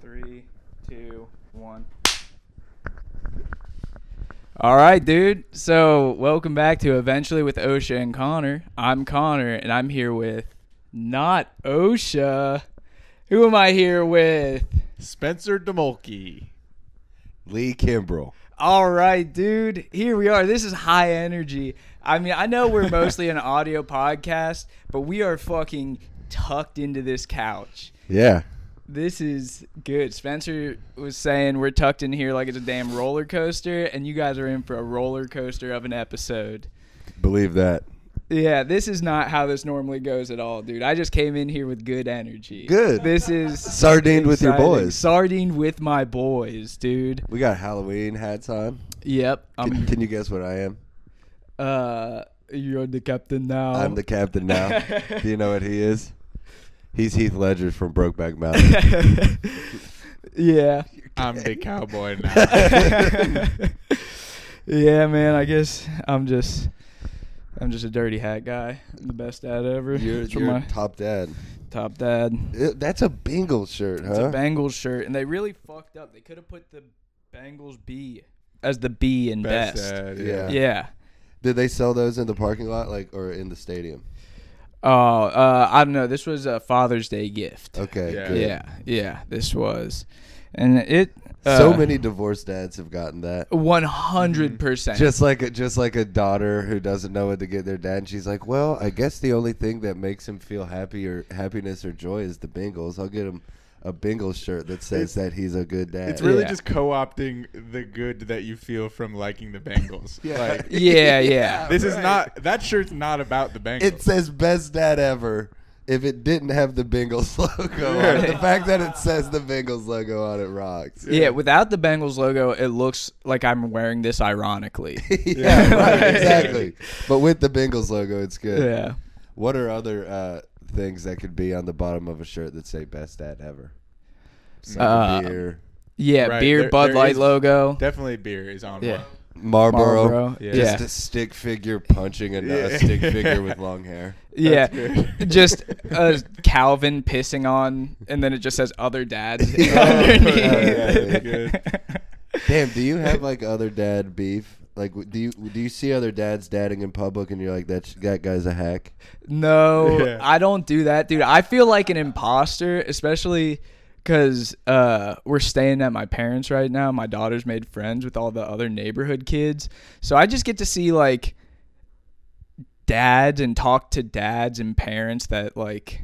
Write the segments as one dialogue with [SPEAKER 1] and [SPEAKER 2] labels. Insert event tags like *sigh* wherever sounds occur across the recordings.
[SPEAKER 1] Three, two, one.
[SPEAKER 2] All right, dude. So, welcome back to Eventually with OSHA and Connor. I'm Connor, and I'm here with not OSHA. Who am I here with?
[SPEAKER 3] Spencer Demolke.
[SPEAKER 4] Lee Kimbrell.
[SPEAKER 2] All right, dude. Here we are. This is high energy. I mean, I know we're mostly *laughs* an audio podcast, but we are fucking tucked into this couch.
[SPEAKER 4] Yeah.
[SPEAKER 2] This is good. Spencer was saying we're tucked in here like it's a damn roller coaster, and you guys are in for a roller coaster of an episode.
[SPEAKER 4] Believe that.
[SPEAKER 2] Yeah, this is not how this normally goes at all, dude. I just came in here with good energy.
[SPEAKER 4] Good.
[SPEAKER 2] This
[SPEAKER 4] *laughs*
[SPEAKER 2] is
[SPEAKER 4] Sardined with your
[SPEAKER 2] exciting.
[SPEAKER 4] boys.
[SPEAKER 2] Sardined with my boys, dude.
[SPEAKER 4] We got Halloween hats on.
[SPEAKER 2] Yep.
[SPEAKER 4] Can,
[SPEAKER 2] I'm
[SPEAKER 4] can you guess what I am?
[SPEAKER 2] uh you're the captain now.
[SPEAKER 4] I'm the
[SPEAKER 2] um, *laughs*
[SPEAKER 4] captain now. Do you know what he is? He's Heath Ledger
[SPEAKER 2] *laughs*
[SPEAKER 4] from Brokeback Mountain.
[SPEAKER 2] yeah.
[SPEAKER 4] *laughs*
[SPEAKER 3] I'm the cowboy *laughs* now.
[SPEAKER 2] yeah, man, I guess I'm just I'm just a dirty hat guy. I'm the best dad ever.
[SPEAKER 4] You're,
[SPEAKER 2] It's from
[SPEAKER 4] you're
[SPEAKER 2] my
[SPEAKER 4] top dad.
[SPEAKER 2] top dad.
[SPEAKER 4] Uh, That's a Bengal shirt,
[SPEAKER 2] It's a
[SPEAKER 4] huh?
[SPEAKER 2] Bengals shirt, and they really fucked up. They could have put the Bengals B as the B in best.
[SPEAKER 3] ad,
[SPEAKER 4] Yeah.
[SPEAKER 2] Yeah.
[SPEAKER 4] Did they sell those in the parking lot, like, or in the stadium?
[SPEAKER 2] Oh, uh, I don't know. This was a Father's Day gift.
[SPEAKER 4] Okay.
[SPEAKER 3] Yeah.
[SPEAKER 4] Good.
[SPEAKER 2] Yeah, yeah. This was, and it. Uh,
[SPEAKER 4] So many divorced dads have gotten that.
[SPEAKER 2] One hundred percent.
[SPEAKER 4] *laughs* Just like a, just like a daughter who doesn't know what to get their dad, and she's like, "Well, I guess the only thing that makes him feel happy or happiness or joy is the Bengals. I'll get him a Bengals shirt that says that he's a good dad."
[SPEAKER 3] It's really
[SPEAKER 2] Yeah.
[SPEAKER 3] just co opting the good that you feel from liking the Bengals.
[SPEAKER 4] Yeah.
[SPEAKER 3] Like,
[SPEAKER 4] *laughs*
[SPEAKER 2] Yeah, yeah.
[SPEAKER 3] this is not, that shirt's not about the Bengals.
[SPEAKER 4] it says "best dad ever." If it didn't have the Bengals *laughs* logo, on it. the fact that it says the Bengals logo on it rocks.
[SPEAKER 2] yeah, without the Bengals logo, it looks like I'm wearing this
[SPEAKER 4] *laughs*
[SPEAKER 2] ironically.
[SPEAKER 4] *laughs* yeah, right, exactly. But with the Bengals logo, it's good.
[SPEAKER 2] yeah.
[SPEAKER 4] What are other uh, things that could be on the bottom of a shirt that say "best dad ever"? Some
[SPEAKER 2] Uh,
[SPEAKER 4] beer.
[SPEAKER 2] Yeah,
[SPEAKER 3] Right,
[SPEAKER 2] beer
[SPEAKER 3] there-
[SPEAKER 2] Bud
[SPEAKER 3] there
[SPEAKER 2] Light
[SPEAKER 3] is-
[SPEAKER 2] logo.
[SPEAKER 3] Definitely beer is on
[SPEAKER 2] Yeah.
[SPEAKER 3] one.
[SPEAKER 4] Marlboro.
[SPEAKER 2] Marlboro.
[SPEAKER 3] Yeah.
[SPEAKER 4] Just
[SPEAKER 2] Yeah.
[SPEAKER 4] a stick *laughs* figure punching another
[SPEAKER 3] Yeah.
[SPEAKER 4] stick figure *laughs* with long hair.
[SPEAKER 2] Yeah. *laughs*
[SPEAKER 3] good.
[SPEAKER 2] just
[SPEAKER 4] *laughs*
[SPEAKER 2] uh, Calvin pissing on and then it just says other
[SPEAKER 4] *laughs*
[SPEAKER 2] dads
[SPEAKER 4] Oh,
[SPEAKER 2] *laughs*
[SPEAKER 4] Yeah.
[SPEAKER 3] *laughs*
[SPEAKER 2] underneath.
[SPEAKER 4] Yeah,
[SPEAKER 3] good.
[SPEAKER 4] Damn, do you have like other dad beef? Like, w- do you do you see other dads dadding in public and you're like that sh- that guy's a hack?
[SPEAKER 2] No,
[SPEAKER 3] Yeah.
[SPEAKER 2] I don't do that, dude. I feel like an imposter, especially because uh, we're staying at my parents right now. My daughter's made friends with all the other neighborhood kids. So I just get to see like dads and talk to dads and parents that like.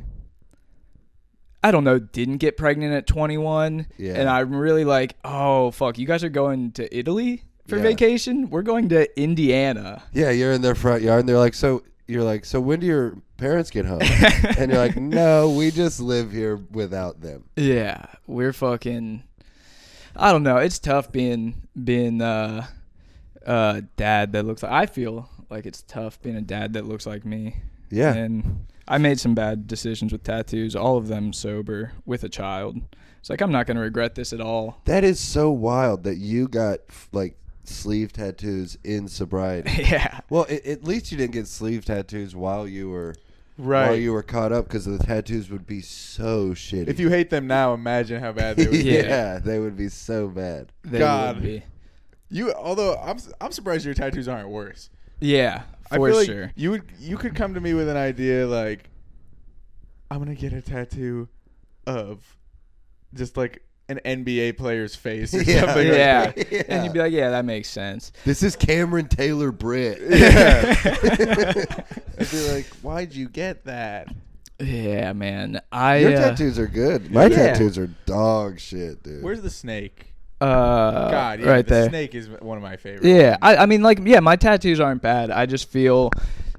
[SPEAKER 2] I don't know, didn't get pregnant at 21.
[SPEAKER 4] Yeah.
[SPEAKER 2] And I'm really like, oh, fuck, you guys are going to Italy for
[SPEAKER 4] Yeah.
[SPEAKER 2] vacation? We're going to Indiana.
[SPEAKER 4] Yeah, you're in their front yard and they're like, so you're like, so when do your parents get *laughs* home? and you're like, no, we just live here without them.
[SPEAKER 2] Yeah, we're fucking. I don't know. It's tough being being uh, uh, dad that looks like. I feel like it's tough being a dad that looks like me.
[SPEAKER 4] Yeah.
[SPEAKER 2] And I made some bad decisions with tattoos. All of them sober with a child. It's like I'm not gonna regret this at all. *laughs*
[SPEAKER 4] That is so wild that you got f- like sleeve tattoos in sobriety.
[SPEAKER 2] yeah.
[SPEAKER 4] Well, it, at least you didn't get sleeve tattoos while you were
[SPEAKER 3] Right.
[SPEAKER 4] while you were caught up because the tattoos would be so shitty.
[SPEAKER 3] If you hate them now, imagine
[SPEAKER 4] *laughs*
[SPEAKER 3] how bad they would
[SPEAKER 4] yeah.
[SPEAKER 3] be.
[SPEAKER 4] they would be so bad.
[SPEAKER 2] They would
[SPEAKER 3] God.
[SPEAKER 2] be.
[SPEAKER 3] You, although I'm, s- I'm surprised your tattoos aren't worse.
[SPEAKER 2] Yeah.
[SPEAKER 3] I
[SPEAKER 2] For
[SPEAKER 3] feel like
[SPEAKER 2] sure.
[SPEAKER 3] you would you could come to me with an idea like I'm gonna get a tattoo of just like an NBA player's face or
[SPEAKER 4] Yeah.
[SPEAKER 3] something.
[SPEAKER 2] *laughs* yeah.
[SPEAKER 3] Like *laughs* that.
[SPEAKER 4] Yeah.
[SPEAKER 2] And you'd be like, yeah, that makes sense.
[SPEAKER 4] This is Cameron Taylor Britt. *laughs*
[SPEAKER 3] I'd be like, why'd you get that?
[SPEAKER 2] Yeah, man. I
[SPEAKER 4] Your
[SPEAKER 2] uh,
[SPEAKER 4] tattoos are good. My
[SPEAKER 2] Yeah.
[SPEAKER 4] tattoos are dog shit, dude.
[SPEAKER 3] Where's the snake?
[SPEAKER 2] uh,
[SPEAKER 3] God, yeah,
[SPEAKER 2] right
[SPEAKER 3] the
[SPEAKER 2] there.
[SPEAKER 3] snake is one of my favorites.
[SPEAKER 2] Yeah, I, I mean, like, yeah, my tattoos aren't bad. I just feel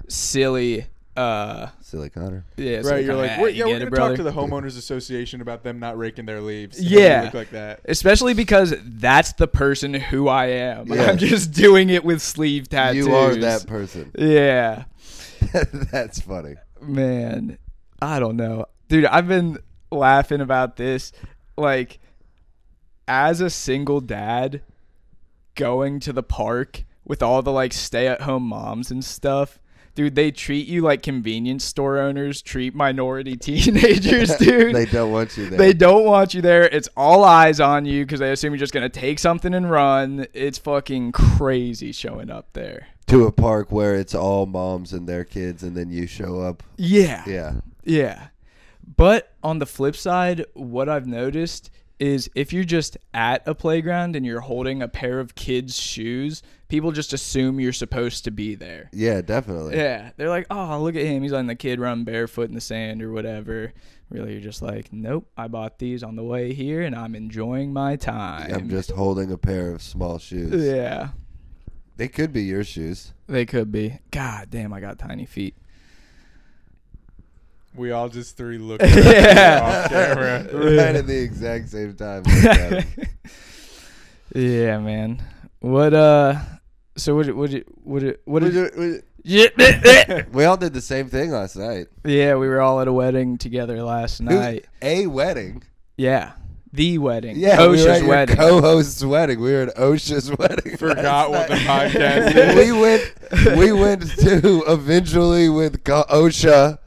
[SPEAKER 2] silly. Uh,
[SPEAKER 4] Silly Connor?
[SPEAKER 2] yeah, it's
[SPEAKER 3] Right, you're
[SPEAKER 2] kinda,
[SPEAKER 3] like,
[SPEAKER 2] ah,
[SPEAKER 3] we're,
[SPEAKER 2] you
[SPEAKER 3] yeah, we're
[SPEAKER 2] get
[SPEAKER 3] gonna
[SPEAKER 2] it,
[SPEAKER 3] talk
[SPEAKER 2] brother."
[SPEAKER 3] to the homeowners association about them not raking their leaves. and
[SPEAKER 2] Yeah.
[SPEAKER 3] you look like that.
[SPEAKER 2] Especially because that's the person who I am. *laughs*
[SPEAKER 4] Yeah.
[SPEAKER 2] I'm just doing it with sleeve tattoos.
[SPEAKER 4] You are that person.
[SPEAKER 2] Yeah,
[SPEAKER 4] That's funny.
[SPEAKER 2] man. I don't know, dude. I've been laughing about this, like, as a single dad, going to the park with all the like stay-at-home moms and stuff. Dude, they treat you like convenience store owners treat minority *laughs*
[SPEAKER 4] *laughs*
[SPEAKER 2] teenagers, dude.
[SPEAKER 4] they don't want you there.
[SPEAKER 2] They don't want you there. It's all eyes on you because they assume you're just gonna take something and run. It's fucking crazy showing up there.
[SPEAKER 4] to a park where it's all moms and their kids, and then you show up.
[SPEAKER 2] Yeah.
[SPEAKER 4] Yeah,
[SPEAKER 2] Yeah. But on the flip side, what I've noticed is if you're just at a playground and you're holding a pair of kids' shoes, people just assume you're supposed to be there.
[SPEAKER 4] yeah, definitely.
[SPEAKER 2] Yeah. They're like, oh, look at him. He's letting the kid run barefoot in the sand or whatever. Really, you're just like, nope, I bought these on the way here and I'm enjoying my time.
[SPEAKER 4] I'm just holding a pair of small shoes.
[SPEAKER 2] yeah.
[SPEAKER 4] They could be your shoes.
[SPEAKER 2] They could be. God damn, I got tiny feet.
[SPEAKER 3] We all
[SPEAKER 2] *laughs*
[SPEAKER 3] just three looked at yeah. off camera.
[SPEAKER 4] *laughs* right at the exact same time. like that.
[SPEAKER 2] Yeah, man. What uh? So what? What? What? What?
[SPEAKER 4] We
[SPEAKER 2] did
[SPEAKER 4] do- we-
[SPEAKER 2] *laughs* you-
[SPEAKER 4] we all did the same thing last night.
[SPEAKER 2] yeah, we were all at a wedding together last
[SPEAKER 4] Who-
[SPEAKER 2] night.
[SPEAKER 4] A wedding.
[SPEAKER 2] yeah, the wedding.
[SPEAKER 4] Yeah, we were at
[SPEAKER 2] OSHA's
[SPEAKER 4] your
[SPEAKER 2] wedding.
[SPEAKER 4] co-host's wedding. We were at OSHA's wedding.
[SPEAKER 3] Forgot what
[SPEAKER 4] last
[SPEAKER 3] the *laughs*
[SPEAKER 4] night.
[SPEAKER 3] podcast
[SPEAKER 4] *laughs*
[SPEAKER 3] is.
[SPEAKER 4] we went. We went to eventually with Co- OSHA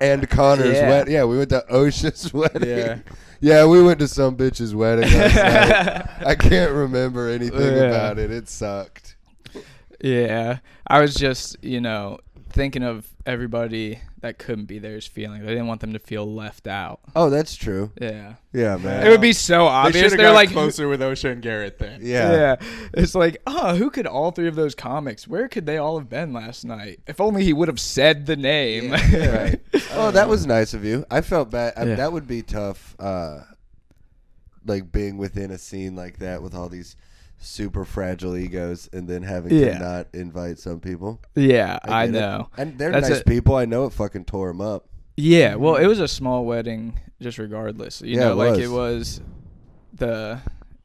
[SPEAKER 4] and Connor's
[SPEAKER 2] Yeah.
[SPEAKER 4] wedding. Yeah, we went to OSHA's *laughs* wedding.
[SPEAKER 3] Yeah.
[SPEAKER 4] Yeah, we went to some bitch's wedding. Last night. I can't remember anything
[SPEAKER 2] Yeah.
[SPEAKER 4] about it. It sucked.
[SPEAKER 2] yeah, I was just you know thinking of everybody that couldn't be there's feelings. I didn't want them to feel left out.
[SPEAKER 4] Oh, that's true.
[SPEAKER 2] Yeah,
[SPEAKER 4] Yeah, man.
[SPEAKER 2] it would be so
[SPEAKER 3] They should
[SPEAKER 2] obvious.
[SPEAKER 3] have
[SPEAKER 2] They're
[SPEAKER 3] got
[SPEAKER 2] like. *laughs*
[SPEAKER 3] closer with OSHA and Garrett then.
[SPEAKER 4] Yeah.
[SPEAKER 2] Yeah. it's like, oh, who could all three of those comics? Where could they all have been last night? If only he would have said the name.
[SPEAKER 4] right. Oh, that was nice of you. I felt bad. I,
[SPEAKER 2] Yeah.
[SPEAKER 4] That would be tough. Uh, like being within a scene like that with all these super fragile egos, and then having
[SPEAKER 2] Yeah.
[SPEAKER 4] to not invite some people.
[SPEAKER 2] *laughs* Yeah, I,
[SPEAKER 4] get it.
[SPEAKER 2] know.
[SPEAKER 4] and they're
[SPEAKER 2] That's
[SPEAKER 4] nice
[SPEAKER 2] a-
[SPEAKER 4] people. I know it fucking tore them up.
[SPEAKER 2] Yeah, well, it was a small wedding, just regardless. You
[SPEAKER 4] Yeah,
[SPEAKER 2] know,
[SPEAKER 4] it
[SPEAKER 2] like
[SPEAKER 4] was.
[SPEAKER 2] it was the.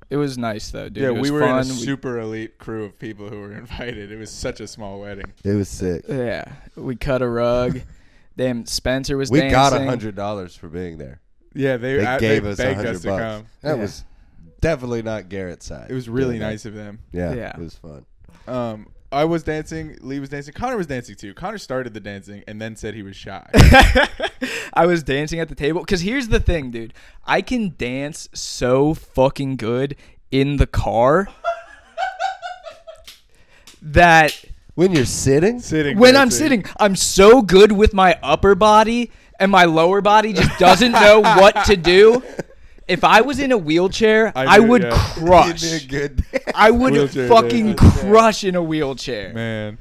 [SPEAKER 2] It was nice though, dude.
[SPEAKER 3] Yeah,
[SPEAKER 2] It was
[SPEAKER 3] we were
[SPEAKER 2] fun.
[SPEAKER 3] in a
[SPEAKER 2] We-
[SPEAKER 3] super elite crew of people who were *laughs* invited. It was such a small wedding.
[SPEAKER 4] It was sick.
[SPEAKER 2] yeah, we cut a rug. Damn, Spencer was.
[SPEAKER 4] We
[SPEAKER 2] dancing.
[SPEAKER 4] got a hundred dollars for being there.
[SPEAKER 3] Yeah, they,
[SPEAKER 4] They
[SPEAKER 3] I-
[SPEAKER 4] gave
[SPEAKER 3] they
[SPEAKER 4] us a
[SPEAKER 3] begged
[SPEAKER 4] hundred
[SPEAKER 3] us to
[SPEAKER 4] bucks.
[SPEAKER 3] come.
[SPEAKER 4] That
[SPEAKER 2] Yeah.
[SPEAKER 4] was definitely not Garrett's side.
[SPEAKER 3] It was really
[SPEAKER 4] Yeah.
[SPEAKER 3] nice of them.
[SPEAKER 4] Yeah,
[SPEAKER 2] Yeah.
[SPEAKER 4] it was fun.
[SPEAKER 3] Um, I was dancing. Lee was dancing. Connor was dancing too. Connor started the dancing and then said he
[SPEAKER 4] *laughs*
[SPEAKER 3] was shy.
[SPEAKER 2] *laughs* I was dancing at the table. Because here's the thing, dude. I can dance so fucking good in the car that
[SPEAKER 4] When you're sitting,
[SPEAKER 3] sitting
[SPEAKER 2] when I'm sitting, I'm so good with my upper body and my lower body just doesn't
[SPEAKER 3] *laughs*
[SPEAKER 2] know what to do. If I was in a wheelchair, I,
[SPEAKER 3] I do,
[SPEAKER 2] would
[SPEAKER 3] yeah. *laughs*
[SPEAKER 4] you'd be a
[SPEAKER 2] crush.
[SPEAKER 4] good.
[SPEAKER 2] I would
[SPEAKER 3] Wheelchair,
[SPEAKER 2] fucking
[SPEAKER 3] dude.
[SPEAKER 2] crush in a wheelchair.
[SPEAKER 3] man.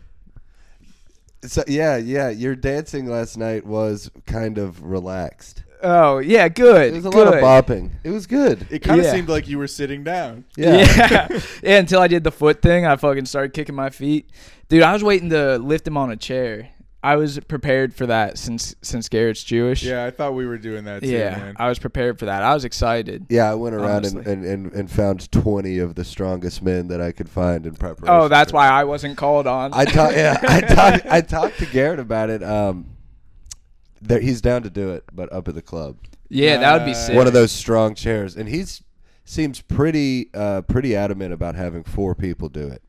[SPEAKER 4] so yeah, yeah. Your dancing last night was kind of relaxed.
[SPEAKER 2] Oh yeah, good.
[SPEAKER 4] There's a
[SPEAKER 2] good.
[SPEAKER 4] lot of bopping. It was good.
[SPEAKER 3] It kind of
[SPEAKER 2] Yeah.
[SPEAKER 3] seemed like you were sitting down.
[SPEAKER 4] yeah.
[SPEAKER 2] *laughs* Yeah. yeah. Until I did the foot thing, I fucking started kicking my feet. Dude, I was waiting to lift him on a chair. I was prepared for that since since Garrett's Jewish.
[SPEAKER 3] Yeah, I thought we were doing that too,
[SPEAKER 2] Yeah.
[SPEAKER 3] man.
[SPEAKER 2] I was prepared for that. I was excited.
[SPEAKER 4] Yeah, I went around and,
[SPEAKER 2] Honestly.
[SPEAKER 4] and, and, and found twenty of the strongest men that I could find in preparation.
[SPEAKER 2] Oh, that's
[SPEAKER 4] for-
[SPEAKER 2] why I wasn't called on.
[SPEAKER 4] I *laughs* talked. Yeah, I talked. I talked to Garrett about it. Um, there, he's down to do it, but up at the club,
[SPEAKER 2] Yeah, that would be sick.
[SPEAKER 4] Uh, one of those strong chairs, and he's seems pretty uh pretty adamant about having four people do it.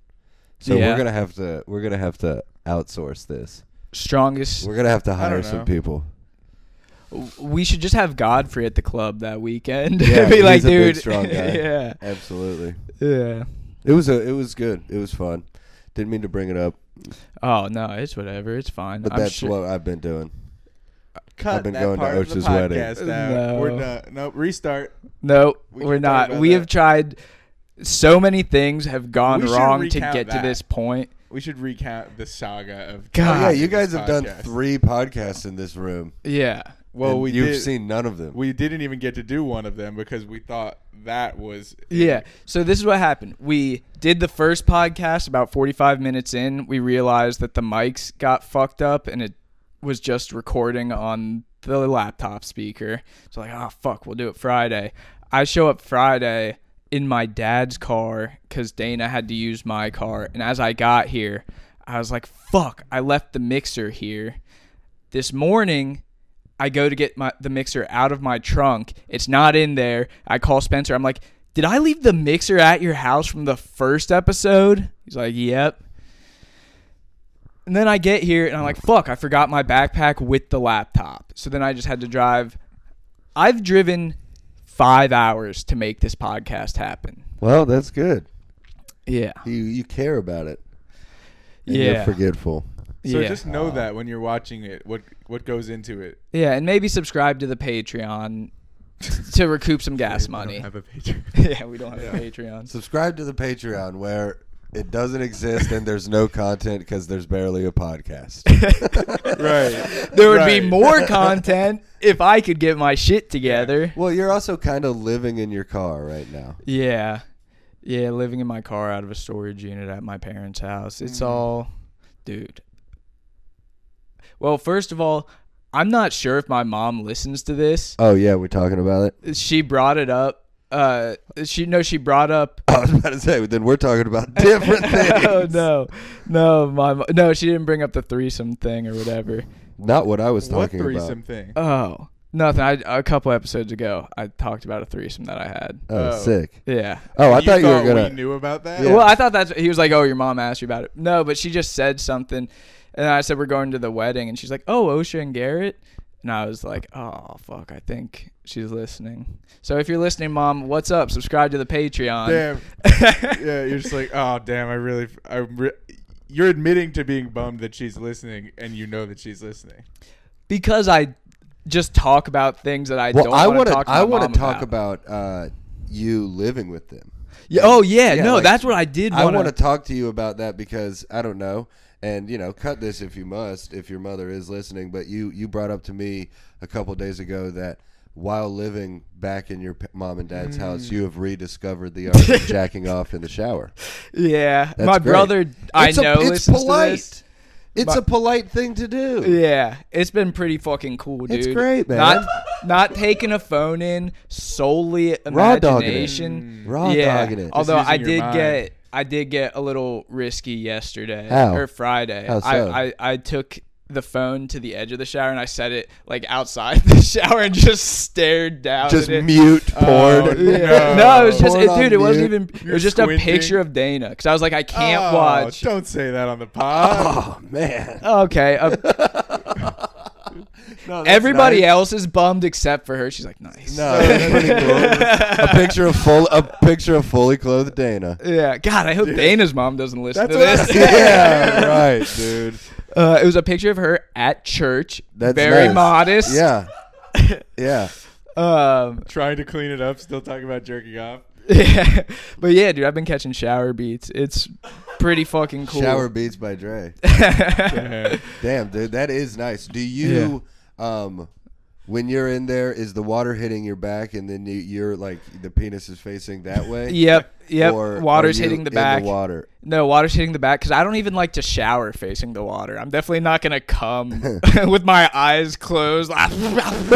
[SPEAKER 4] So
[SPEAKER 2] Yeah.
[SPEAKER 4] we're gonna have to we're gonna have to outsource this.
[SPEAKER 2] strongest.
[SPEAKER 4] We're gonna have to
[SPEAKER 3] don't
[SPEAKER 4] hire some
[SPEAKER 3] know.
[SPEAKER 4] people.
[SPEAKER 2] We should just have Godfrey at the club that weekend.
[SPEAKER 4] Yeah,
[SPEAKER 2] *laughs* be like,
[SPEAKER 4] he's a big,
[SPEAKER 2] dude.
[SPEAKER 4] strong guy.
[SPEAKER 2] *laughs* yeah,
[SPEAKER 4] Absolutely.
[SPEAKER 2] yeah.
[SPEAKER 4] It was a. It was good. It was fun. Didn't mean to bring it up,
[SPEAKER 2] Oh no, it's whatever. It's fine.
[SPEAKER 4] but
[SPEAKER 2] I'm
[SPEAKER 4] that's
[SPEAKER 2] sure-
[SPEAKER 4] what I've been doing.
[SPEAKER 3] Cut
[SPEAKER 4] I've been
[SPEAKER 3] that
[SPEAKER 4] going to
[SPEAKER 3] part of the
[SPEAKER 4] Osh's wedding.
[SPEAKER 3] podcast out.
[SPEAKER 2] No.
[SPEAKER 3] We're done. No, restart.
[SPEAKER 2] No,
[SPEAKER 3] We
[SPEAKER 2] we are
[SPEAKER 3] can't talk
[SPEAKER 2] not.
[SPEAKER 3] about
[SPEAKER 2] We
[SPEAKER 3] that.
[SPEAKER 2] have tried. So many things have gone
[SPEAKER 3] We should
[SPEAKER 2] wrong to
[SPEAKER 3] recount
[SPEAKER 2] get to
[SPEAKER 3] that.
[SPEAKER 2] this point.
[SPEAKER 3] We should recount the saga of
[SPEAKER 2] God.
[SPEAKER 4] Oh, yeah, you
[SPEAKER 3] this
[SPEAKER 4] guys have done
[SPEAKER 3] podcast.
[SPEAKER 4] three podcasts in this room.
[SPEAKER 2] Yeah.
[SPEAKER 3] Well,
[SPEAKER 4] and
[SPEAKER 3] we
[SPEAKER 4] you've
[SPEAKER 3] did,
[SPEAKER 4] seen none of them.
[SPEAKER 3] We didn't even get to do one of them because we thought that was
[SPEAKER 2] Yeah. So this is what happened. We did the first podcast about 45 minutes in. We realized that the mics got fucked up and it was just recording on the laptop speaker. So like, oh fuck, we'll do it Friday. I show up Friday in my dad's car cuz Dana had to use my car. And as I got here, I was like, fuck, I left the mixer here. This morning, I go to get my the mixer out of my trunk. It's not in there. I call Spencer. I'm like, "Did I leave the mixer at your house from the first episode?" He's like, "Yep." And then I get here and I'm like, fuck, I forgot my backpack with the laptop. So then I just had to drive. I've driven five hours to make this podcast happen.
[SPEAKER 4] Well, that's good.
[SPEAKER 2] Yeah.
[SPEAKER 4] You you care about it. And
[SPEAKER 2] Yeah.
[SPEAKER 4] You're forgetful.
[SPEAKER 3] So
[SPEAKER 2] yeah.
[SPEAKER 3] just know that when you're watching it, what what goes into it.
[SPEAKER 2] yeah. And maybe subscribe to the Patreon to recoup some gas *laughs*
[SPEAKER 3] We don't
[SPEAKER 2] money.
[SPEAKER 3] have
[SPEAKER 2] *laughs*
[SPEAKER 3] a picture.
[SPEAKER 2] yeah, we don't have a Patreon.
[SPEAKER 4] Subscribe to the Patreon where it doesn't exist and there's no content because there's barely a podcast.
[SPEAKER 3] *laughs*
[SPEAKER 2] *laughs*
[SPEAKER 3] right.
[SPEAKER 2] There would
[SPEAKER 3] Right.
[SPEAKER 2] be more content if I could get my shit together.
[SPEAKER 4] Well, you're also kind of living in your car right now.
[SPEAKER 2] Yeah. Yeah, living in my car out of a storage unit at my parents' house. It's all dude. Well, first of all, I'm not sure if my mom listens to this.
[SPEAKER 4] Oh yeah, we're talking about it.
[SPEAKER 2] She brought it up. Uh she no, she brought up
[SPEAKER 4] *laughs*
[SPEAKER 2] *laughs*
[SPEAKER 4] I was about to say, then we're talking about
[SPEAKER 3] *laughs*
[SPEAKER 4] different things.
[SPEAKER 2] Oh no. No, my mo- no, she didn't bring up the threesome thing or whatever.
[SPEAKER 4] Not what I was
[SPEAKER 3] What
[SPEAKER 4] talking
[SPEAKER 3] threesome
[SPEAKER 4] about.
[SPEAKER 3] thing?
[SPEAKER 2] Oh. Nothing. I a couple episodes ago I talked about a threesome that I had.
[SPEAKER 4] Oh,
[SPEAKER 3] Oh.
[SPEAKER 4] sick.
[SPEAKER 2] Yeah.
[SPEAKER 4] Oh, I thought, you were
[SPEAKER 3] We
[SPEAKER 4] gonna.
[SPEAKER 3] knew about that.
[SPEAKER 4] Yeah.
[SPEAKER 2] Well, I thought that's he was like, "Oh, your mom asked you about it." No, but she just said something, and I said we're going to the wedding, and she's like, "Oh, OSHA and Garrett," and I was like, "Oh, fuck, I think she's listening." So if you're listening, mom, what's up? Subscribe to the Patreon. *laughs*
[SPEAKER 3] Damn. yeah, you're just like, oh damn, I really, I re- you're admitting to being bummed that she's listening, and you know that she's listening.
[SPEAKER 2] because I just talk about things that I
[SPEAKER 4] Well,
[SPEAKER 2] don't
[SPEAKER 4] I
[SPEAKER 2] want
[SPEAKER 4] want
[SPEAKER 2] to talk. To my
[SPEAKER 4] I want
[SPEAKER 2] mom
[SPEAKER 4] to talk about, uh, you living with them.
[SPEAKER 2] Yeah, oh yeah,
[SPEAKER 4] Yeah,
[SPEAKER 2] no,
[SPEAKER 4] like,
[SPEAKER 2] that's what I did.
[SPEAKER 4] I
[SPEAKER 2] wanna-
[SPEAKER 4] want to talk to you about that because I don't know, and you know, cut this if you must, if your mother is listening. But you you brought up to me a couple days ago that while living back in your p- mom and dad's house, you have rediscovered the art of jacking off in the shower.
[SPEAKER 2] Yeah,
[SPEAKER 4] That's
[SPEAKER 2] my
[SPEAKER 4] great.
[SPEAKER 2] brother. I
[SPEAKER 4] It's a-
[SPEAKER 2] know.
[SPEAKER 4] it's
[SPEAKER 2] listens to this.
[SPEAKER 4] polite. It's
[SPEAKER 2] My-
[SPEAKER 4] a polite thing to do.
[SPEAKER 2] Yeah, it's been pretty fucking cool, dude.
[SPEAKER 4] It's great, man.
[SPEAKER 2] Not not taking a phone in solely
[SPEAKER 4] Raw dogging it.
[SPEAKER 2] imagination.
[SPEAKER 4] Raw
[SPEAKER 2] yeah.
[SPEAKER 4] dogging it.
[SPEAKER 2] Although
[SPEAKER 3] Just
[SPEAKER 2] I
[SPEAKER 3] using your
[SPEAKER 2] did
[SPEAKER 3] mind.
[SPEAKER 2] get I did get a little risky yesterday
[SPEAKER 4] How?
[SPEAKER 2] or Friday.
[SPEAKER 4] How so?
[SPEAKER 2] I, I I took the phone to the edge of the shower and I set it like outside *laughs* the shower and just stared down.
[SPEAKER 4] Just
[SPEAKER 2] at it.
[SPEAKER 4] mute
[SPEAKER 2] *laughs*
[SPEAKER 4] porn.
[SPEAKER 2] Yeah.
[SPEAKER 4] *laughs*
[SPEAKER 3] No.
[SPEAKER 2] No, it was just
[SPEAKER 4] Porn
[SPEAKER 2] it,
[SPEAKER 4] on
[SPEAKER 2] dude. It wasn't
[SPEAKER 4] mute.
[SPEAKER 2] even. It
[SPEAKER 3] You're
[SPEAKER 2] was just a
[SPEAKER 3] squinting.
[SPEAKER 2] picture of Dana because I was like, I can't
[SPEAKER 3] Oh,
[SPEAKER 2] watch.
[SPEAKER 3] Don't say that on
[SPEAKER 2] *laughs*
[SPEAKER 3] the pod.
[SPEAKER 4] *laughs* Oh man.
[SPEAKER 2] Okay,
[SPEAKER 4] *laughs*
[SPEAKER 2] a
[SPEAKER 4] No, that's
[SPEAKER 2] Everybody
[SPEAKER 4] nice.
[SPEAKER 2] else is bummed except for her. She's like, nice.
[SPEAKER 4] No, that's pretty cool. *laughs* a picture of full a picture of fully clothed
[SPEAKER 2] *laughs*
[SPEAKER 4] Dana.
[SPEAKER 2] *laughs* Yeah. God, I hope Dana's mom doesn't listen
[SPEAKER 3] That's
[SPEAKER 2] to
[SPEAKER 3] what I
[SPEAKER 2] this.
[SPEAKER 4] *laughs*
[SPEAKER 3] said.
[SPEAKER 4] yeah, right, dude.
[SPEAKER 2] *laughs* Uh, it was a picture of her at church.
[SPEAKER 4] That's
[SPEAKER 2] very
[SPEAKER 4] nice.
[SPEAKER 2] modest.
[SPEAKER 4] Yeah. Yeah.
[SPEAKER 2] Um, *laughs*
[SPEAKER 3] Trying to clean it up, still talking about jerking off.
[SPEAKER 2] yeah. But yeah, dude, I've been catching shower beats. It's pretty fucking cool.
[SPEAKER 4] Shower Beats by Dre.
[SPEAKER 3] Damn.
[SPEAKER 4] Damn, dude, that is nice. Do you um when you're in there is the water hitting your back and then you, you're like the penis is facing that way? *laughs*
[SPEAKER 2] Yep. Yep.
[SPEAKER 4] Or
[SPEAKER 2] water's
[SPEAKER 4] are you
[SPEAKER 2] hitting the
[SPEAKER 4] in
[SPEAKER 2] back. *laughs*
[SPEAKER 4] water. *laughs*
[SPEAKER 2] no, water's hitting the back because I don't even like to shower facing the water. I'm definitely not gonna
[SPEAKER 4] *laughs*
[SPEAKER 2] come *laughs* with my eyes closed.
[SPEAKER 4] yeah,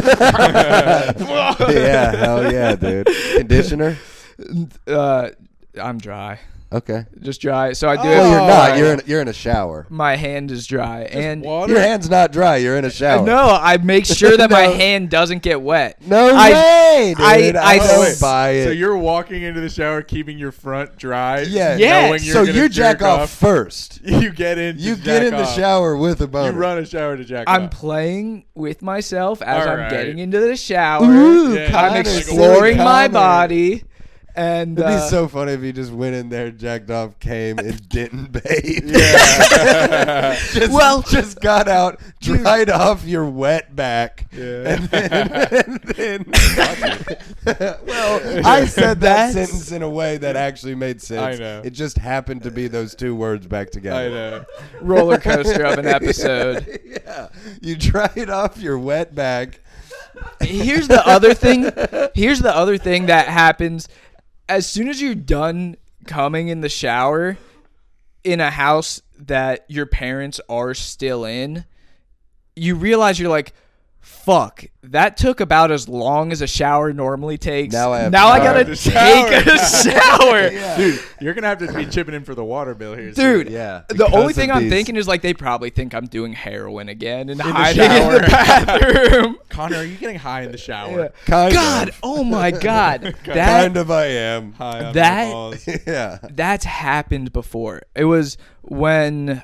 [SPEAKER 4] hell yeah, dude. Conditioner?
[SPEAKER 2] *laughs* uh, I'm dry.
[SPEAKER 4] Okay.
[SPEAKER 2] Just dry. So I do.
[SPEAKER 4] Well,
[SPEAKER 2] it-
[SPEAKER 4] Oh, you're not. You're in you're in a shower.
[SPEAKER 2] my hand is dry and uh,
[SPEAKER 3] Water.
[SPEAKER 4] Your hand's not dry. You're in a shower.
[SPEAKER 2] no i make sure that my
[SPEAKER 4] *laughs* No.
[SPEAKER 2] hand doesn't get wet
[SPEAKER 4] No
[SPEAKER 2] I-
[SPEAKER 4] way, dude.
[SPEAKER 2] I-
[SPEAKER 4] I,
[SPEAKER 2] I
[SPEAKER 4] don't
[SPEAKER 2] s-
[SPEAKER 4] buy it.
[SPEAKER 3] Oh, So you're walking into the shower, keeping your front dry.
[SPEAKER 4] Yeah.
[SPEAKER 2] Yes.
[SPEAKER 3] knowing you're
[SPEAKER 4] so
[SPEAKER 3] gonna
[SPEAKER 4] you jack off, first.
[SPEAKER 3] *laughs* You get in. to
[SPEAKER 4] You get
[SPEAKER 3] jack
[SPEAKER 4] in the
[SPEAKER 3] off.
[SPEAKER 4] shower with a boner.
[SPEAKER 3] You run a shower to jack
[SPEAKER 2] i'm
[SPEAKER 3] off.
[SPEAKER 2] playing with myself as i'm
[SPEAKER 3] Alright.
[SPEAKER 2] getting into the shower
[SPEAKER 4] Ooh,
[SPEAKER 3] Yeah.
[SPEAKER 2] i'm
[SPEAKER 3] Connor,
[SPEAKER 2] exploring
[SPEAKER 4] silly
[SPEAKER 2] my
[SPEAKER 4] Connor.
[SPEAKER 2] body and
[SPEAKER 4] It'd
[SPEAKER 2] uh,
[SPEAKER 4] be so funny if you just went in there, jacked off, came and
[SPEAKER 3] *laughs*
[SPEAKER 4] didn't bathe.
[SPEAKER 3] Yeah.
[SPEAKER 4] *laughs*
[SPEAKER 3] *laughs*
[SPEAKER 4] just,
[SPEAKER 2] Well-
[SPEAKER 4] just got out, dried off your wet back,
[SPEAKER 3] Yeah.
[SPEAKER 4] and then.
[SPEAKER 3] *laughs*
[SPEAKER 4] And then *laughs* well, I said that
[SPEAKER 2] That's-
[SPEAKER 4] sentence in a way that actually made sense.
[SPEAKER 3] I know.
[SPEAKER 4] It just happened to be those two words back together.
[SPEAKER 3] I know.
[SPEAKER 2] roller coaster
[SPEAKER 4] *laughs*
[SPEAKER 2] of an episode
[SPEAKER 4] yeah. You dried off your wet back.
[SPEAKER 2] here's the other thing here's the other thing that happens as soon as you're done coming in the shower in a house that your parents are still in you realize you're like fuck that took about as long as a shower normally takes
[SPEAKER 4] Now I have
[SPEAKER 2] now
[SPEAKER 4] to
[SPEAKER 2] i
[SPEAKER 4] shower.
[SPEAKER 2] gotta
[SPEAKER 3] The shower.
[SPEAKER 2] take a
[SPEAKER 4] *laughs*
[SPEAKER 2] shower
[SPEAKER 3] Dude, you're gonna have to be chipping in for the water bill here, soon.
[SPEAKER 2] dude
[SPEAKER 4] Yeah,
[SPEAKER 2] the
[SPEAKER 4] because
[SPEAKER 2] only
[SPEAKER 4] of
[SPEAKER 2] thing i'm
[SPEAKER 4] these.
[SPEAKER 2] thinking is like they probably think i'm doing heroin again and hiding in the
[SPEAKER 3] shower.
[SPEAKER 2] bathroom *laughs*
[SPEAKER 3] Connor, are you getting
[SPEAKER 4] *laughs*
[SPEAKER 3] high in the shower?
[SPEAKER 4] Kind
[SPEAKER 2] god
[SPEAKER 4] of.
[SPEAKER 2] oh my
[SPEAKER 3] *laughs*
[SPEAKER 2] god that
[SPEAKER 4] Kind of I am.
[SPEAKER 3] High on
[SPEAKER 2] That-
[SPEAKER 3] the balls.
[SPEAKER 4] *laughs* yeah.
[SPEAKER 2] that's happened before. It was when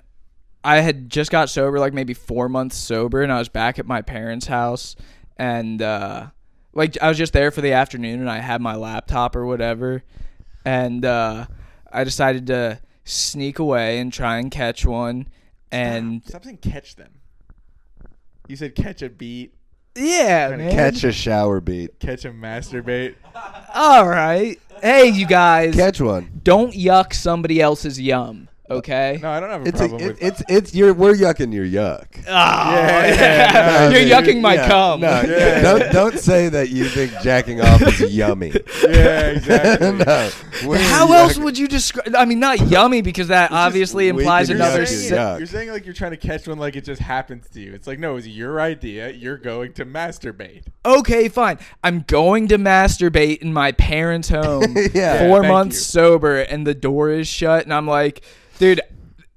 [SPEAKER 2] I had just got sober, like maybe four months sober, and I was back at my parents' house, and uh, like I was just there for the afternoon, and I had my laptop or whatever, and uh, I decided to sneak away and try and catch one, and
[SPEAKER 3] Stop saying catch them. You said catch a beat,
[SPEAKER 2] yeah,
[SPEAKER 3] Trying to
[SPEAKER 2] man.
[SPEAKER 4] Catch a shower beat.
[SPEAKER 3] catch a masturbate.
[SPEAKER 2] All right, hey you guys,
[SPEAKER 4] Catch one.
[SPEAKER 2] don't yuck somebody else's yum, okay?
[SPEAKER 3] No, I don't have a
[SPEAKER 4] It's a,
[SPEAKER 3] problem
[SPEAKER 4] it,
[SPEAKER 3] with
[SPEAKER 4] it's it's you're we're yucking your yuck.
[SPEAKER 2] *laughs* Ah,
[SPEAKER 3] Yeah, yeah,
[SPEAKER 2] you're
[SPEAKER 3] no, dude,
[SPEAKER 2] yucking my
[SPEAKER 4] yeah,
[SPEAKER 2] cum. *laughs*
[SPEAKER 4] No,
[SPEAKER 3] Yeah.
[SPEAKER 4] don't don't say that you think jacking off is yummy.
[SPEAKER 3] *laughs* Yeah, exactly.
[SPEAKER 4] *laughs* no, we're
[SPEAKER 2] How else
[SPEAKER 4] yuck-
[SPEAKER 2] would you describe? I mean, not yummy because that obviously
[SPEAKER 4] weak
[SPEAKER 2] implies
[SPEAKER 4] and
[SPEAKER 2] another.
[SPEAKER 3] You're
[SPEAKER 4] yucky.
[SPEAKER 2] se-
[SPEAKER 3] saying,
[SPEAKER 4] Yeah.
[SPEAKER 3] it- you're saying like you're trying to catch one like it just happens to you. It's like no, it's your idea. You're going to masturbate.
[SPEAKER 2] Okay, fine. I'm going to masturbate in my parents' home.
[SPEAKER 4] *laughs* Yeah.
[SPEAKER 2] four
[SPEAKER 3] Thank
[SPEAKER 2] months
[SPEAKER 3] you.
[SPEAKER 2] sober, and the door is shut, and I'm like, dude,